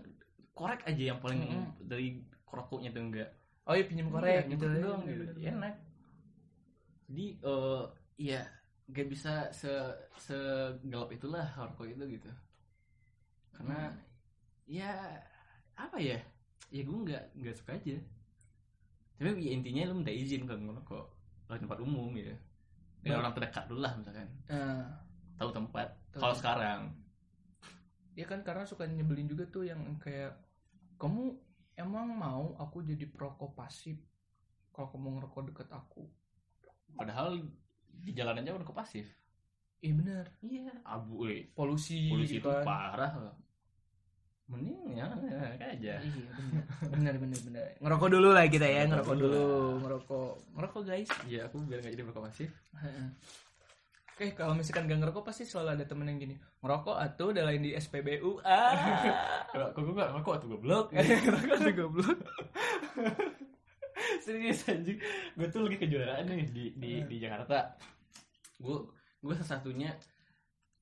[SPEAKER 3] korek aja yang paling
[SPEAKER 2] Mm-mm.
[SPEAKER 3] dari kerokoknya tuh enggak
[SPEAKER 2] oh iya pinjam korek gitu
[SPEAKER 3] gitu
[SPEAKER 2] ya,
[SPEAKER 3] doang gitu
[SPEAKER 2] bener-bener.
[SPEAKER 3] enak jadi eh ya gak bisa se segelap itulah rokok itu gitu karena ya apa ya ya gue nggak nggak suka aja tapi ya intinya lu minta izin kalau ngerokok kalau tempat umum gitu dengan
[SPEAKER 2] Ba-
[SPEAKER 3] orang terdekat dulu lah misalkan
[SPEAKER 2] Nah,
[SPEAKER 3] tahu tempat
[SPEAKER 2] Tahu
[SPEAKER 3] kalau
[SPEAKER 2] tempat.
[SPEAKER 3] sekarang
[SPEAKER 2] ya kan karena suka nyebelin juga tuh yang kayak kamu emang mau aku jadi perokok pasif kalau kamu ngerokok deket aku
[SPEAKER 3] padahal di jalan aja udah pasif
[SPEAKER 2] iya bener
[SPEAKER 3] iya abu eh.
[SPEAKER 2] polusi
[SPEAKER 3] polisi itu
[SPEAKER 2] gitu kan.
[SPEAKER 3] parah loh. mending ya enak aja
[SPEAKER 2] iya bener bener bener bener ngerokok dulu lah kita ya ngerokok
[SPEAKER 3] Ngerokok dulu
[SPEAKER 2] dulu
[SPEAKER 3] lah.
[SPEAKER 2] ngerokok ngerokok guys
[SPEAKER 3] Iya, aku biar gak jadi bakal masif.
[SPEAKER 2] Heeh. oke kalau misalkan gak ngerokok pasti selalu ada temen yang gini ngerokok atau udah lain di SPBU ah
[SPEAKER 3] Kalau kok gue gak ngaku atau gue blok.
[SPEAKER 2] ngerokok tuh goblok
[SPEAKER 3] Serius anjing. Gue tuh lagi kejuaraan nih di di, di Jakarta. Gue gue sesatunya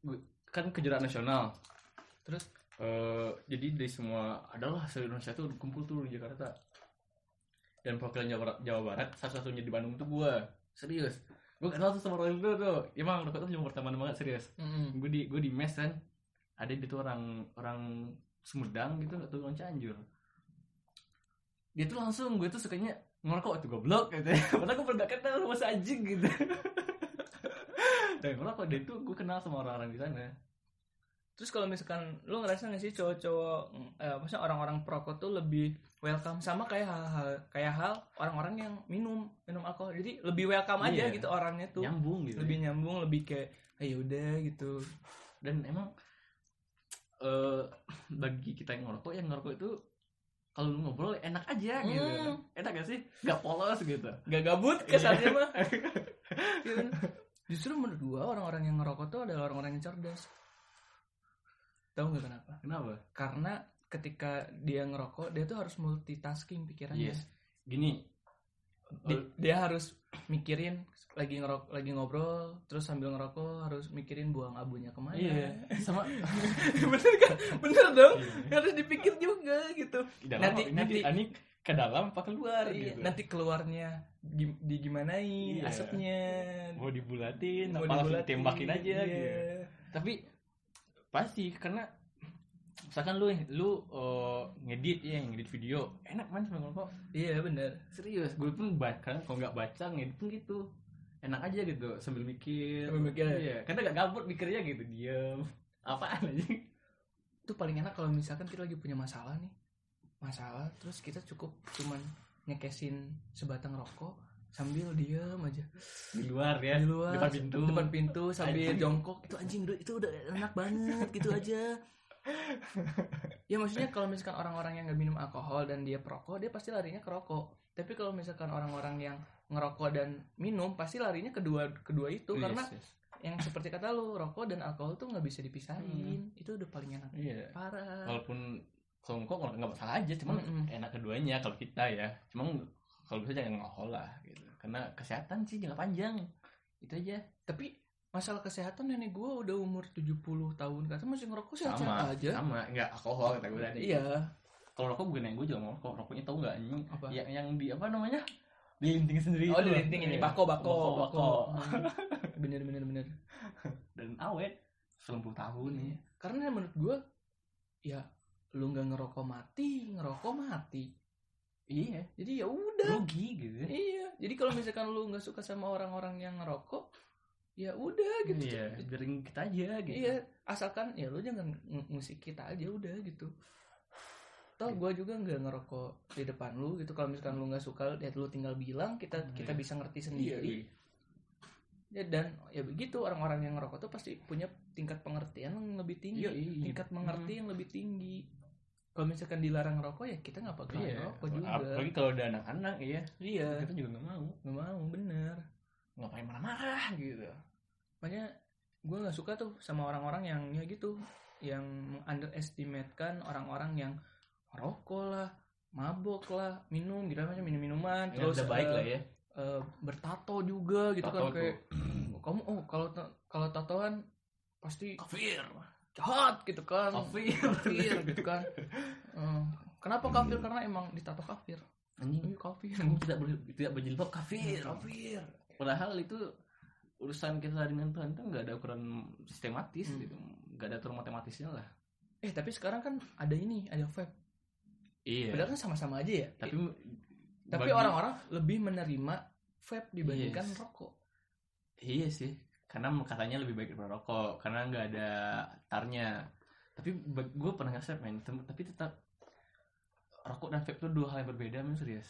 [SPEAKER 3] gua, kan kejuaraan nasional.
[SPEAKER 2] terus
[SPEAKER 3] Eh, jadi dari semua adalah se Indonesia tuh kumpul tuh di Jakarta. Dan perwakilan Jawa, Barat- Jawa Barat satu-satunya di Bandung tuh gue. Serius. Gue kenal tuh sama orang itu tuh. Emang rokok tuh cuma pertemanan banget serius.
[SPEAKER 2] mm
[SPEAKER 3] gue di gue di mes kan ada itu orang orang Sumedang gitu atau orang Cianjur dia tuh langsung gue tuh sukanya ngerokok tuh goblok gitu padahal gue pernah kenal sama si anjing gitu dan ngerokok dia tuh gue kenal sama orang-orang di sana
[SPEAKER 2] Terus kalau misalkan lu ngerasa gak sih cowok-cowok eh, maksudnya orang-orang perokok tuh lebih welcome sama kayak hal-hal kayak hal orang-orang yang minum minum alkohol. Jadi lebih welcome
[SPEAKER 3] Iya.
[SPEAKER 2] aja gitu orangnya tuh.
[SPEAKER 3] nyambung gitu
[SPEAKER 2] Lebih nyambung, lebih kayak ayo udah gitu.
[SPEAKER 3] dan emang eh bagi kita yang ngerokok yang ngerokok itu kalau lu ngobrol enak aja gitu
[SPEAKER 2] Hmm.
[SPEAKER 3] enak gak sih gak polos gitu
[SPEAKER 2] Gak gabut ke
[SPEAKER 3] Iya.
[SPEAKER 2] saatnya mah. Gitu. Justru menurut gua orang-orang yang ngerokok tuh adalah orang-orang yang cerdas. Tahu nggak kenapa?
[SPEAKER 3] kenapa
[SPEAKER 2] Karena ketika dia ngerokok dia tuh harus multitasking pikirannya.
[SPEAKER 3] yes gini Oh.
[SPEAKER 2] Di- dia harus mikirin lagi ngerok lagi ngobrol terus sambil ngerokok harus mikirin buang abunya kemana
[SPEAKER 3] Iya, sama
[SPEAKER 2] bener kan bener dong
[SPEAKER 3] Iya.
[SPEAKER 2] harus dipikir juga gitu
[SPEAKER 3] Di dalam apa-
[SPEAKER 2] Nanti-
[SPEAKER 3] ini
[SPEAKER 2] nanti-
[SPEAKER 3] di- ini ke dalam apa keluar
[SPEAKER 2] Iya,
[SPEAKER 3] gitu.
[SPEAKER 2] nanti keluarnya gim- digimanain
[SPEAKER 3] Iya.
[SPEAKER 2] asapnya
[SPEAKER 3] mau dibulatin, apa
[SPEAKER 2] Mau
[SPEAKER 3] langsung
[SPEAKER 2] dibulatin.
[SPEAKER 3] ditembakin aja
[SPEAKER 2] Iya.
[SPEAKER 3] gitu. Tapi pasti karena misalkan lu lu eh, ngedit ya ngedit video enak banget sama kok
[SPEAKER 2] iya bener
[SPEAKER 3] serius gue pun bahkan kalau nggak baca ngedit pun gitu enak aja gitu sambil mikir
[SPEAKER 2] Sambil mikir.
[SPEAKER 3] iya karena nggak gabut mikirnya gitu diem apaan aja
[SPEAKER 2] itu paling enak kalau misalkan kita lagi punya masalah nih masalah terus kita cukup cuman nyekesin sebatang rokok sambil diam aja
[SPEAKER 3] di luar ya
[SPEAKER 2] di luar
[SPEAKER 3] depan pintu
[SPEAKER 2] depan pintu sambil
[SPEAKER 3] Anjing.
[SPEAKER 2] jongkok itu anjing du- itu udah enak banget gitu aja ya maksudnya kalau misalkan orang-orang yang nggak minum alkohol dan dia perokok dia pasti larinya ke rokok tapi kalau misalkan orang-orang yang ngerokok dan minum pasti larinya kedua kedua itu
[SPEAKER 3] Yes,
[SPEAKER 2] karena
[SPEAKER 3] Oh, yes.
[SPEAKER 2] yang seperti kata lu rokok dan alkohol tuh nggak bisa dipisahin
[SPEAKER 3] Hmm.
[SPEAKER 2] itu udah paling enak
[SPEAKER 3] iya
[SPEAKER 2] parah
[SPEAKER 3] walaupun kalau nggak nggak nggak masalah aja cuman
[SPEAKER 2] Mm-mm.
[SPEAKER 3] enak keduanya kalau kita ya cuman kalau bisa jangan ngerokok lah gitu karena kesehatan sih jangka panjang itu aja
[SPEAKER 2] tapi masalah kesehatan nenek gua udah umur 70 tahun kata masih ngerokok sehat
[SPEAKER 3] sama
[SPEAKER 2] Ya, aja
[SPEAKER 3] sama nggak alkohol kata gue tadi
[SPEAKER 2] iya
[SPEAKER 3] kalau rokok bukan yang gue juga ngerokok rokoknya tau nggak yang
[SPEAKER 2] Apa?
[SPEAKER 3] yang, yang di apa namanya dilinting sendiri
[SPEAKER 2] Oh,
[SPEAKER 3] itu loh.
[SPEAKER 2] dilinting ini
[SPEAKER 3] Iya.
[SPEAKER 2] bako bako
[SPEAKER 3] Bako, bako.
[SPEAKER 2] bener bener bener.
[SPEAKER 3] dan awet selumpuh tahun ya
[SPEAKER 2] Karena menurut gue, ya lu nggak ngerokok mati, ngerokok mati.
[SPEAKER 3] iya
[SPEAKER 2] Jadi ya udah.
[SPEAKER 3] rugi gitu ya.
[SPEAKER 2] Iya. Jadi kalau misalkan lu nggak suka sama orang-orang yang ngerokok, ya udah gitu.
[SPEAKER 3] iya biarin kita aja gitu
[SPEAKER 2] Iya, asalkan ya lu jangan ng- ngusik kita aja udah gitu. Toh
[SPEAKER 3] Iya.
[SPEAKER 2] gua juga nggak ngerokok di depan lu gitu. Kalau misalkan lu nggak suka, ya lu tinggal bilang kita
[SPEAKER 3] Hmm,
[SPEAKER 2] kita
[SPEAKER 3] iya.
[SPEAKER 2] bisa ngerti sendiri. Ya, dan ya begitu orang-orang yang ngerokok tuh pasti punya tingkat pengertian yang lebih tinggi,
[SPEAKER 3] Iya, iya.
[SPEAKER 2] tingkat mengerti yang lebih tinggi. Kalau misalkan dilarang rokok ya kita nggak bakal
[SPEAKER 3] iya
[SPEAKER 2] ngerokok juga.
[SPEAKER 3] apalagi kalau udah anak-anak iya
[SPEAKER 2] Iya,
[SPEAKER 3] kita juga nggak mau
[SPEAKER 2] nggak mau bener. Ah,
[SPEAKER 3] ngapain marah-marah gitu
[SPEAKER 2] makanya gue nggak suka tuh sama orang-orang yang ya gitu yang underestimate-kan orang-orang yang rokok lah mabok lah minum gitu namanya minum minuman
[SPEAKER 3] Ya,
[SPEAKER 2] terus
[SPEAKER 3] udah baik
[SPEAKER 2] eh,
[SPEAKER 3] lah ya
[SPEAKER 2] eh, bertato juga gitu
[SPEAKER 3] Tato
[SPEAKER 2] kan kayak kamu oh kalau ta- kalau tatoan pasti kafir jahat gitu kan
[SPEAKER 3] Kafir.
[SPEAKER 2] kafir gitu kan Eh, kenapa kafir karena emang ditato kafir
[SPEAKER 3] anjing
[SPEAKER 2] Ih, kafir
[SPEAKER 3] kamu tidak boleh tidak berjilbab kafir
[SPEAKER 2] kafir
[SPEAKER 3] padahal itu urusan kita dengan Tuhan itu nggak ada ukuran sistematis
[SPEAKER 2] Hmm.
[SPEAKER 3] gitu nggak ada aturan matematisnya lah
[SPEAKER 2] eh tapi sekarang kan ada ini ada vape
[SPEAKER 3] iya
[SPEAKER 2] padahal kan sama-sama aja ya
[SPEAKER 3] tapi
[SPEAKER 2] Tapi
[SPEAKER 3] bagi-
[SPEAKER 2] orang-orang lebih menerima vape dibandingkan
[SPEAKER 3] Yes.
[SPEAKER 2] rokok.
[SPEAKER 3] iya sih karena katanya lebih baik daripada rokok karena nggak ada tarnya tapi gue pernah ngasih main tapi tetap rokok dan vape itu dua hal yang berbeda men serius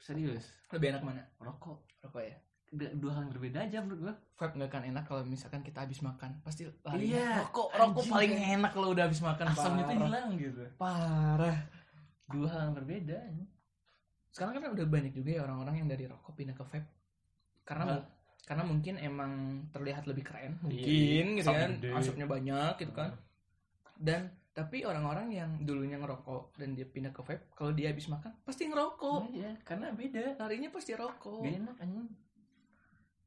[SPEAKER 3] serius
[SPEAKER 2] Lebih enak mana?
[SPEAKER 3] rokok
[SPEAKER 2] Rokok ya.
[SPEAKER 3] D- dua hal yang berbeda aja menurut gue
[SPEAKER 2] Vape nggak akan enak kalau misalkan kita habis makan. Pasti lari.
[SPEAKER 3] Iya,
[SPEAKER 2] Rokok, rokok
[SPEAKER 3] anjing.
[SPEAKER 2] paling enak kalau udah habis makan.
[SPEAKER 3] asamnya tuh
[SPEAKER 2] parah.
[SPEAKER 3] hilang gitu
[SPEAKER 2] Parah.
[SPEAKER 3] dua hal yang berbeda
[SPEAKER 2] Sekarang kan udah banyak juga ya orang-orang yang dari rokok pindah ke vape. Karena
[SPEAKER 3] Hah?
[SPEAKER 2] mu- karena mungkin emang terlihat lebih keren. Mungkin
[SPEAKER 3] iya.
[SPEAKER 2] gitu
[SPEAKER 3] Asap
[SPEAKER 2] kan.
[SPEAKER 3] gede.
[SPEAKER 2] Asapnya banyak gitu kan. Dan tapi orang-orang yang dulunya ngerokok dan dia pindah ke vape, kalau dia habis makan pasti
[SPEAKER 3] oh
[SPEAKER 2] ngerokok.
[SPEAKER 3] iya karena beda
[SPEAKER 2] Larinya pasti rokok.
[SPEAKER 3] Gak enak anjing.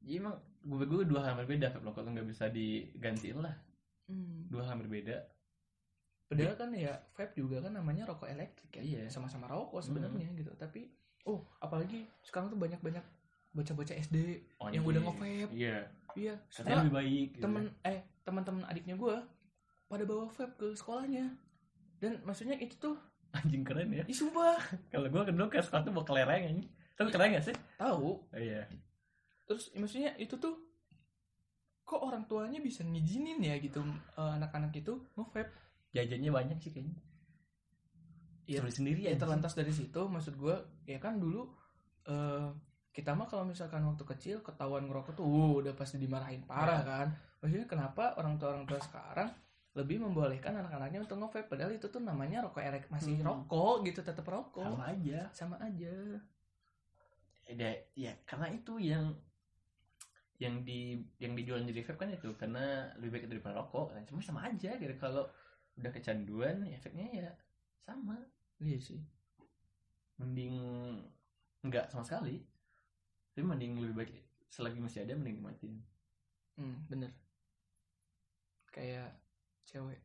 [SPEAKER 3] Ya, emang gue gue dua hal yang berbeda vape rokok tuh nggak bisa digantiin lah.
[SPEAKER 2] Hmm.
[SPEAKER 3] Dua hal yang berbeda.
[SPEAKER 2] Padahal kan ya vape juga kan namanya rokok elektrik ya.
[SPEAKER 3] Iya. Hmm.
[SPEAKER 2] Sama-sama rokok sebenarnya gitu. Tapi oh, apalagi sekarang tuh banyak-banyak bocah-bocah SD yang udah nge-vape.
[SPEAKER 3] Iya.
[SPEAKER 2] Iya.
[SPEAKER 3] Katanya
[SPEAKER 2] Setelah
[SPEAKER 3] lebih baik. gitu.
[SPEAKER 2] temen eh teman-teman adiknya gue pada bawa vape ke sekolahnya. Dan maksudnya itu tuh
[SPEAKER 3] Anjing keren ya.
[SPEAKER 2] ih sumpah.
[SPEAKER 3] Kalau kan gue kedua ke sekolah tuh bawa kelereng anjing. Tapi keren gak sih?
[SPEAKER 2] Tahu.
[SPEAKER 3] Oh, iya.
[SPEAKER 2] Terus ya, maksudnya itu tuh kok orang tuanya bisa ngizinin ya gitu eh, anak-anak itu nge-vape.
[SPEAKER 3] Jajannya banyak sih kayaknya.
[SPEAKER 2] Iya.
[SPEAKER 3] Beli sendiri
[SPEAKER 2] ya
[SPEAKER 3] anjing.
[SPEAKER 2] terlantas dari situ maksud gue ya kan dulu eh kita mah kalau misalkan waktu kecil ketahuan ngerokok tuh uh, udah pasti dimarahin parah kan maksudnya kenapa orang tua orang tua sekarang lebih membolehkan anak-anaknya untuk nge-vape padahal itu tuh namanya rokok elek masih
[SPEAKER 3] Hmm.
[SPEAKER 2] rokok gitu tetap rokok
[SPEAKER 3] Sama aja.
[SPEAKER 2] sama aja
[SPEAKER 3] Ya, ya karena itu yang yang di yang dijual jadi vape kan itu karena lebih baik daripada rokok kan cuma sama aja gitu kalau udah kecanduan efeknya ya sama
[SPEAKER 2] iya sih
[SPEAKER 3] mending nggak sama sekali tapi mending lebih baik selagi masih ada mending dimatiin
[SPEAKER 2] hmm, bener kayak cewek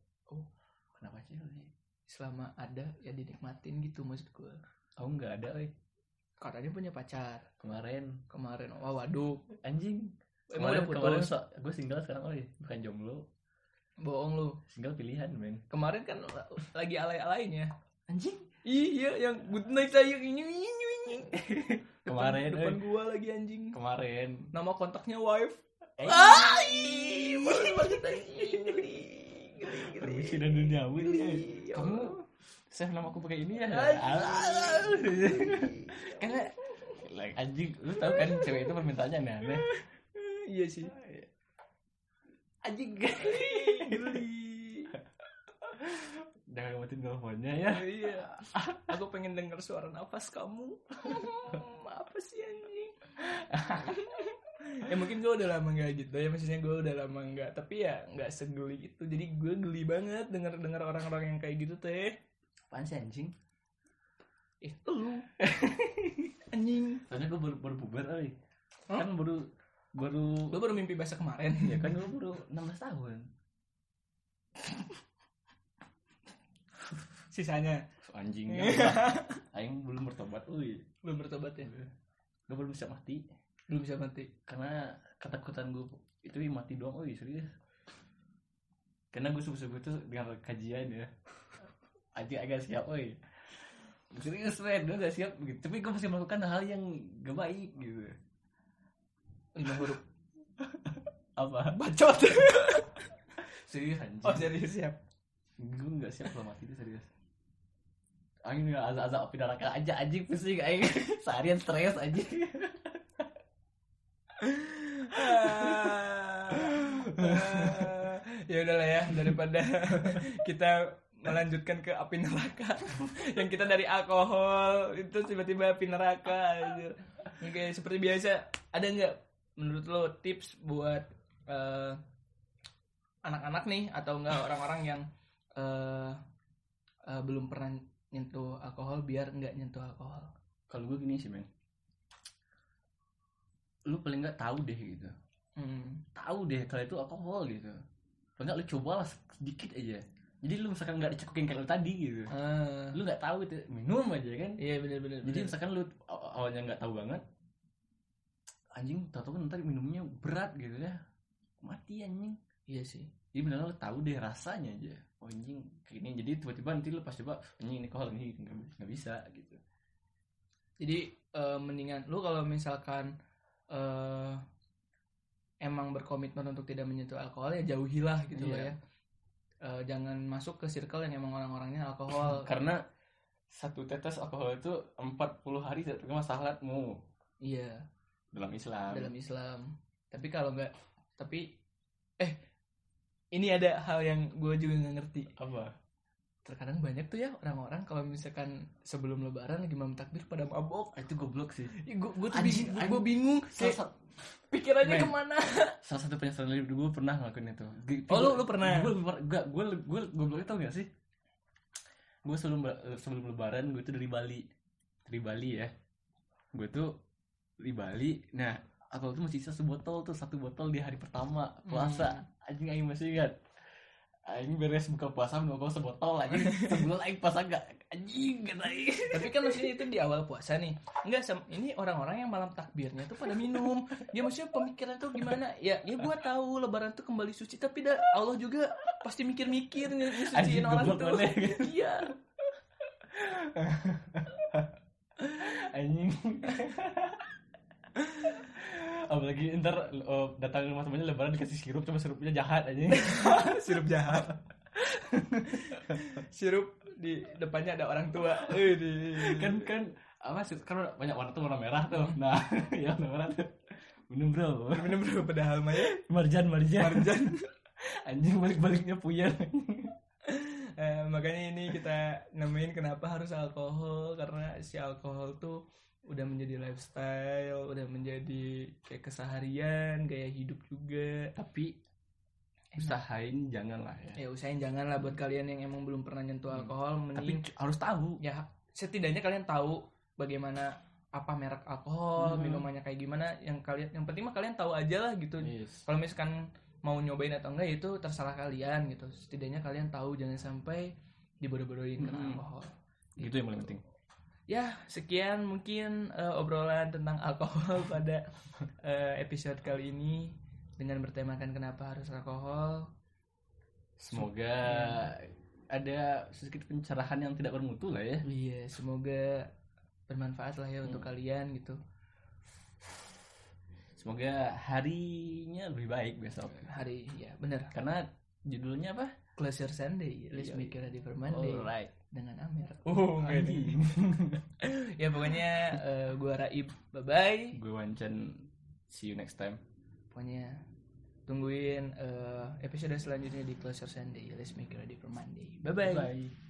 [SPEAKER 3] kenapa sih Li?
[SPEAKER 2] selama ada ya dinikmatin gitu maksud gue
[SPEAKER 3] aku Oh, nggak ada weh
[SPEAKER 2] katanya punya pacar
[SPEAKER 3] kemarin
[SPEAKER 2] kemarin wah waduh
[SPEAKER 3] anjing
[SPEAKER 2] emang udah
[SPEAKER 3] kemarin kemarin
[SPEAKER 2] putus
[SPEAKER 3] so, gue single sekarang oh bukan jomblo
[SPEAKER 2] bohong lu
[SPEAKER 3] single pilihan men
[SPEAKER 2] kemarin kan lagi alay-alaynya
[SPEAKER 3] anjing
[SPEAKER 2] iya yang good night sayang ini ini ini
[SPEAKER 3] Kemarin,
[SPEAKER 2] depan, depan
[SPEAKER 3] eh.
[SPEAKER 2] gua lagi anjing
[SPEAKER 3] kemarin
[SPEAKER 2] nama kontaknya wife
[SPEAKER 3] Eh,
[SPEAKER 2] Ay, malu banget, anjing. Geli, geli, geli.
[SPEAKER 3] permisi dan duniawi
[SPEAKER 2] Geli,
[SPEAKER 3] eh.
[SPEAKER 2] ya
[SPEAKER 3] kamu
[SPEAKER 2] Allah.
[SPEAKER 3] saya nama aku pakai ini ya
[SPEAKER 2] Alah.
[SPEAKER 3] karena like, anjing lu tau kan cewek itu permintaannya aneh-aneh
[SPEAKER 2] iya sih
[SPEAKER 3] anjing
[SPEAKER 2] Geli.
[SPEAKER 3] jangan matiin teleponnya ya
[SPEAKER 2] iya aku pengen dengar suara nafas kamu Hmm, apa sih anjing ya mungkin gue udah lama nggak gitu ya maksudnya gue udah lama nggak tapi ya nggak segeli itu jadi gue geli banget denger dengar orang-orang yang kayak gitu teh
[SPEAKER 3] apaan sih anjing
[SPEAKER 2] eh lu anjing
[SPEAKER 3] soalnya gue baru, baru puber kali
[SPEAKER 2] Hah?
[SPEAKER 3] kan baru baru
[SPEAKER 2] gue baru mimpi bahasa kemarin
[SPEAKER 3] ya kan gue baru 16 tahun
[SPEAKER 2] sisanya
[SPEAKER 3] anjing aing belum bertobat uy
[SPEAKER 2] belum bertobat ya
[SPEAKER 3] gue belum bisa mati
[SPEAKER 2] belum bisa mati
[SPEAKER 3] karena ketakutan gue itu ih, mati doang oh iya, serius karena gue subuh-subuh itu dengan kajian ya aja agak siap oi serius men gue gak siap gitu. tapi gue masih melakukan hal yang gak baik gitu
[SPEAKER 2] lima huruf
[SPEAKER 3] apa
[SPEAKER 2] bacot
[SPEAKER 3] serius anjing
[SPEAKER 2] oh jadi siap
[SPEAKER 3] gue gak siap kalau mati itu serius angin gak azab-azab api neraka aja anjing pusing aing seharian stres anjing
[SPEAKER 2] ya udahlah ya daripada kita melanjutkan ke api neraka yang kita dari alkohol itu tiba-tiba api neraka anjir. oke seperti biasa ada nggak menurut lo tips buat eh, anak-anak nih atau enggak orang-orang yang eh, eh, belum pernah nyentuh alkohol biar nggak nyentuh alkohol
[SPEAKER 3] kalau gue gini sih men lu paling nggak tahu deh gitu
[SPEAKER 2] Hmm.
[SPEAKER 3] tahu deh kalau itu alkohol gitu kalau nggak lu cobalah sedikit aja jadi lu misalkan nggak dicekokin kayak lu tadi gitu
[SPEAKER 2] Ah,
[SPEAKER 3] lu nggak tahu itu minum aja kan
[SPEAKER 2] iya benar-benar
[SPEAKER 3] jadi misalkan lu aw- awalnya nggak tahu banget anjing tau kan ntar minumnya berat gitu ya mati anjing
[SPEAKER 2] iya sih
[SPEAKER 3] jadi benar lu tahu deh rasanya aja oh, anjing kayak gini jadi tiba-tiba nanti lu pas coba anjing ini alkohol ini nggak nggak bisa gitu
[SPEAKER 2] jadi eh, mendingan lu kalau misalkan eh, emang berkomitmen untuk tidak menyentuh alkohol ya jauhilah gitu loh
[SPEAKER 3] Iya.
[SPEAKER 2] ya Eh, jangan masuk ke circle yang emang orang-orangnya alkohol
[SPEAKER 3] karena satu tetes alkohol itu 40 hari tidak terkena salatmu
[SPEAKER 2] iya
[SPEAKER 3] dalam Islam
[SPEAKER 2] dalam Islam tapi kalau nggak tapi eh ini ada hal yang gue juga nggak ngerti
[SPEAKER 3] apa
[SPEAKER 2] terkadang banyak tuh ya orang-orang kalau misalkan sebelum lebaran lagi malam takbir pada mabok
[SPEAKER 3] itu goblok sih
[SPEAKER 2] gue gue tuh
[SPEAKER 3] Anjing,
[SPEAKER 2] bingung,
[SPEAKER 3] anjing.
[SPEAKER 2] gua bingung
[SPEAKER 3] salah,
[SPEAKER 2] kayak
[SPEAKER 3] sat-
[SPEAKER 2] pikirannya
[SPEAKER 3] Men.
[SPEAKER 2] kemana
[SPEAKER 3] salah satu penyesalan hidup gue pernah ngelakuin itu G-
[SPEAKER 2] Oh,
[SPEAKER 3] gua-
[SPEAKER 2] lu- lu pernah?
[SPEAKER 3] gue gue gue gue gobloknya tau gak sih gue sebelum sebelum lebaran gue tuh dari Bali dari Bali ya gue tuh di Bali nah aku tuh masih sisa sebotol tuh satu botol di hari pertama puasa
[SPEAKER 2] Hmm.
[SPEAKER 3] anjing aing masih ingat aing beres buka puasa nongol sebotol anjing sebelum aing puasa gak anjing kata aing
[SPEAKER 2] Tapi kan maksudnya itu di awal puasa nih. Enggak, Sam. ini orang-orang yang malam takbirnya tuh pada minum. Ya maksudnya pemikiran tuh gimana? Ya, ya gua tahu lebaran tuh kembali suci, tapi dah Allah juga pasti mikir-mikir nih
[SPEAKER 3] Anjing,
[SPEAKER 2] nyuciin orang
[SPEAKER 3] goblok
[SPEAKER 2] tuh.
[SPEAKER 3] banget.
[SPEAKER 2] Iya.
[SPEAKER 3] anjing apalagi ntar eh, datang ke rumah temannya lebaran dikasih sirup cuma sirupnya jahat anjing
[SPEAKER 2] Sirup jahat. Sirup di depannya ada orang tua. Ini.
[SPEAKER 3] kan kan apa sih kan banyak warna tuh warna merah tuh nah yang warna merah tuh minum bro
[SPEAKER 2] minum bro padahal mah ya.
[SPEAKER 3] marjan marjan,
[SPEAKER 2] Marjan.
[SPEAKER 3] anjing balik baliknya puyer
[SPEAKER 2] Eh, makanya ini kita nemuin kenapa harus alkohol karena si alkohol tuh udah menjadi lifestyle, udah menjadi kayak keseharian, gaya hidup juga.
[SPEAKER 3] tapi usahain jangan lah ya
[SPEAKER 2] Ya usahain jangan lah buat kalian yang emang belum pernah nyentuh
[SPEAKER 3] Hmm.
[SPEAKER 2] alkohol,
[SPEAKER 3] tapi
[SPEAKER 2] mending
[SPEAKER 3] c- harus tahu
[SPEAKER 2] ya setidaknya kalian tahu bagaimana apa merek alkohol,
[SPEAKER 3] Hmm.
[SPEAKER 2] minumannya kayak gimana. Yang kalian yang penting mah kalian tahu aja lah gitu.
[SPEAKER 3] yes.
[SPEAKER 2] Kalau misalkan mau nyobain atau enggak ya itu terserah kalian gitu. Setidaknya kalian tahu jangan sampai dibodoh-bodohin karena
[SPEAKER 3] Hmm.
[SPEAKER 2] alkohol.
[SPEAKER 3] gitu yang paling penting
[SPEAKER 2] Ya, sekian mungkin eh, obrolan tentang alkohol pada eh, episode kali ini dengan bertemakan kenapa harus alkohol.
[SPEAKER 3] semoga Hmm. ada sedikit pencerahan yang tidak bermutu lah ya
[SPEAKER 2] Iya, semoga bermanfaat lah ya untuk
[SPEAKER 3] Hmm.
[SPEAKER 2] kalian gitu.
[SPEAKER 3] semoga harinya lebih baik besok
[SPEAKER 2] Hari ya, benar.
[SPEAKER 3] karena judulnya apa Oh,
[SPEAKER 2] Close your Sunday, let's
[SPEAKER 3] Iya,
[SPEAKER 2] make it ready for Monday
[SPEAKER 3] alright
[SPEAKER 2] dengan Amir.
[SPEAKER 3] oh
[SPEAKER 2] Anjing. ya pokoknya eh, gua Raib. Bye bye.
[SPEAKER 3] gue wancan see you next time
[SPEAKER 2] Pokoknya tungguin eh, episode selanjutnya di Close Your Sunday, let's make it ready for Monday. Bye bye.
[SPEAKER 3] bye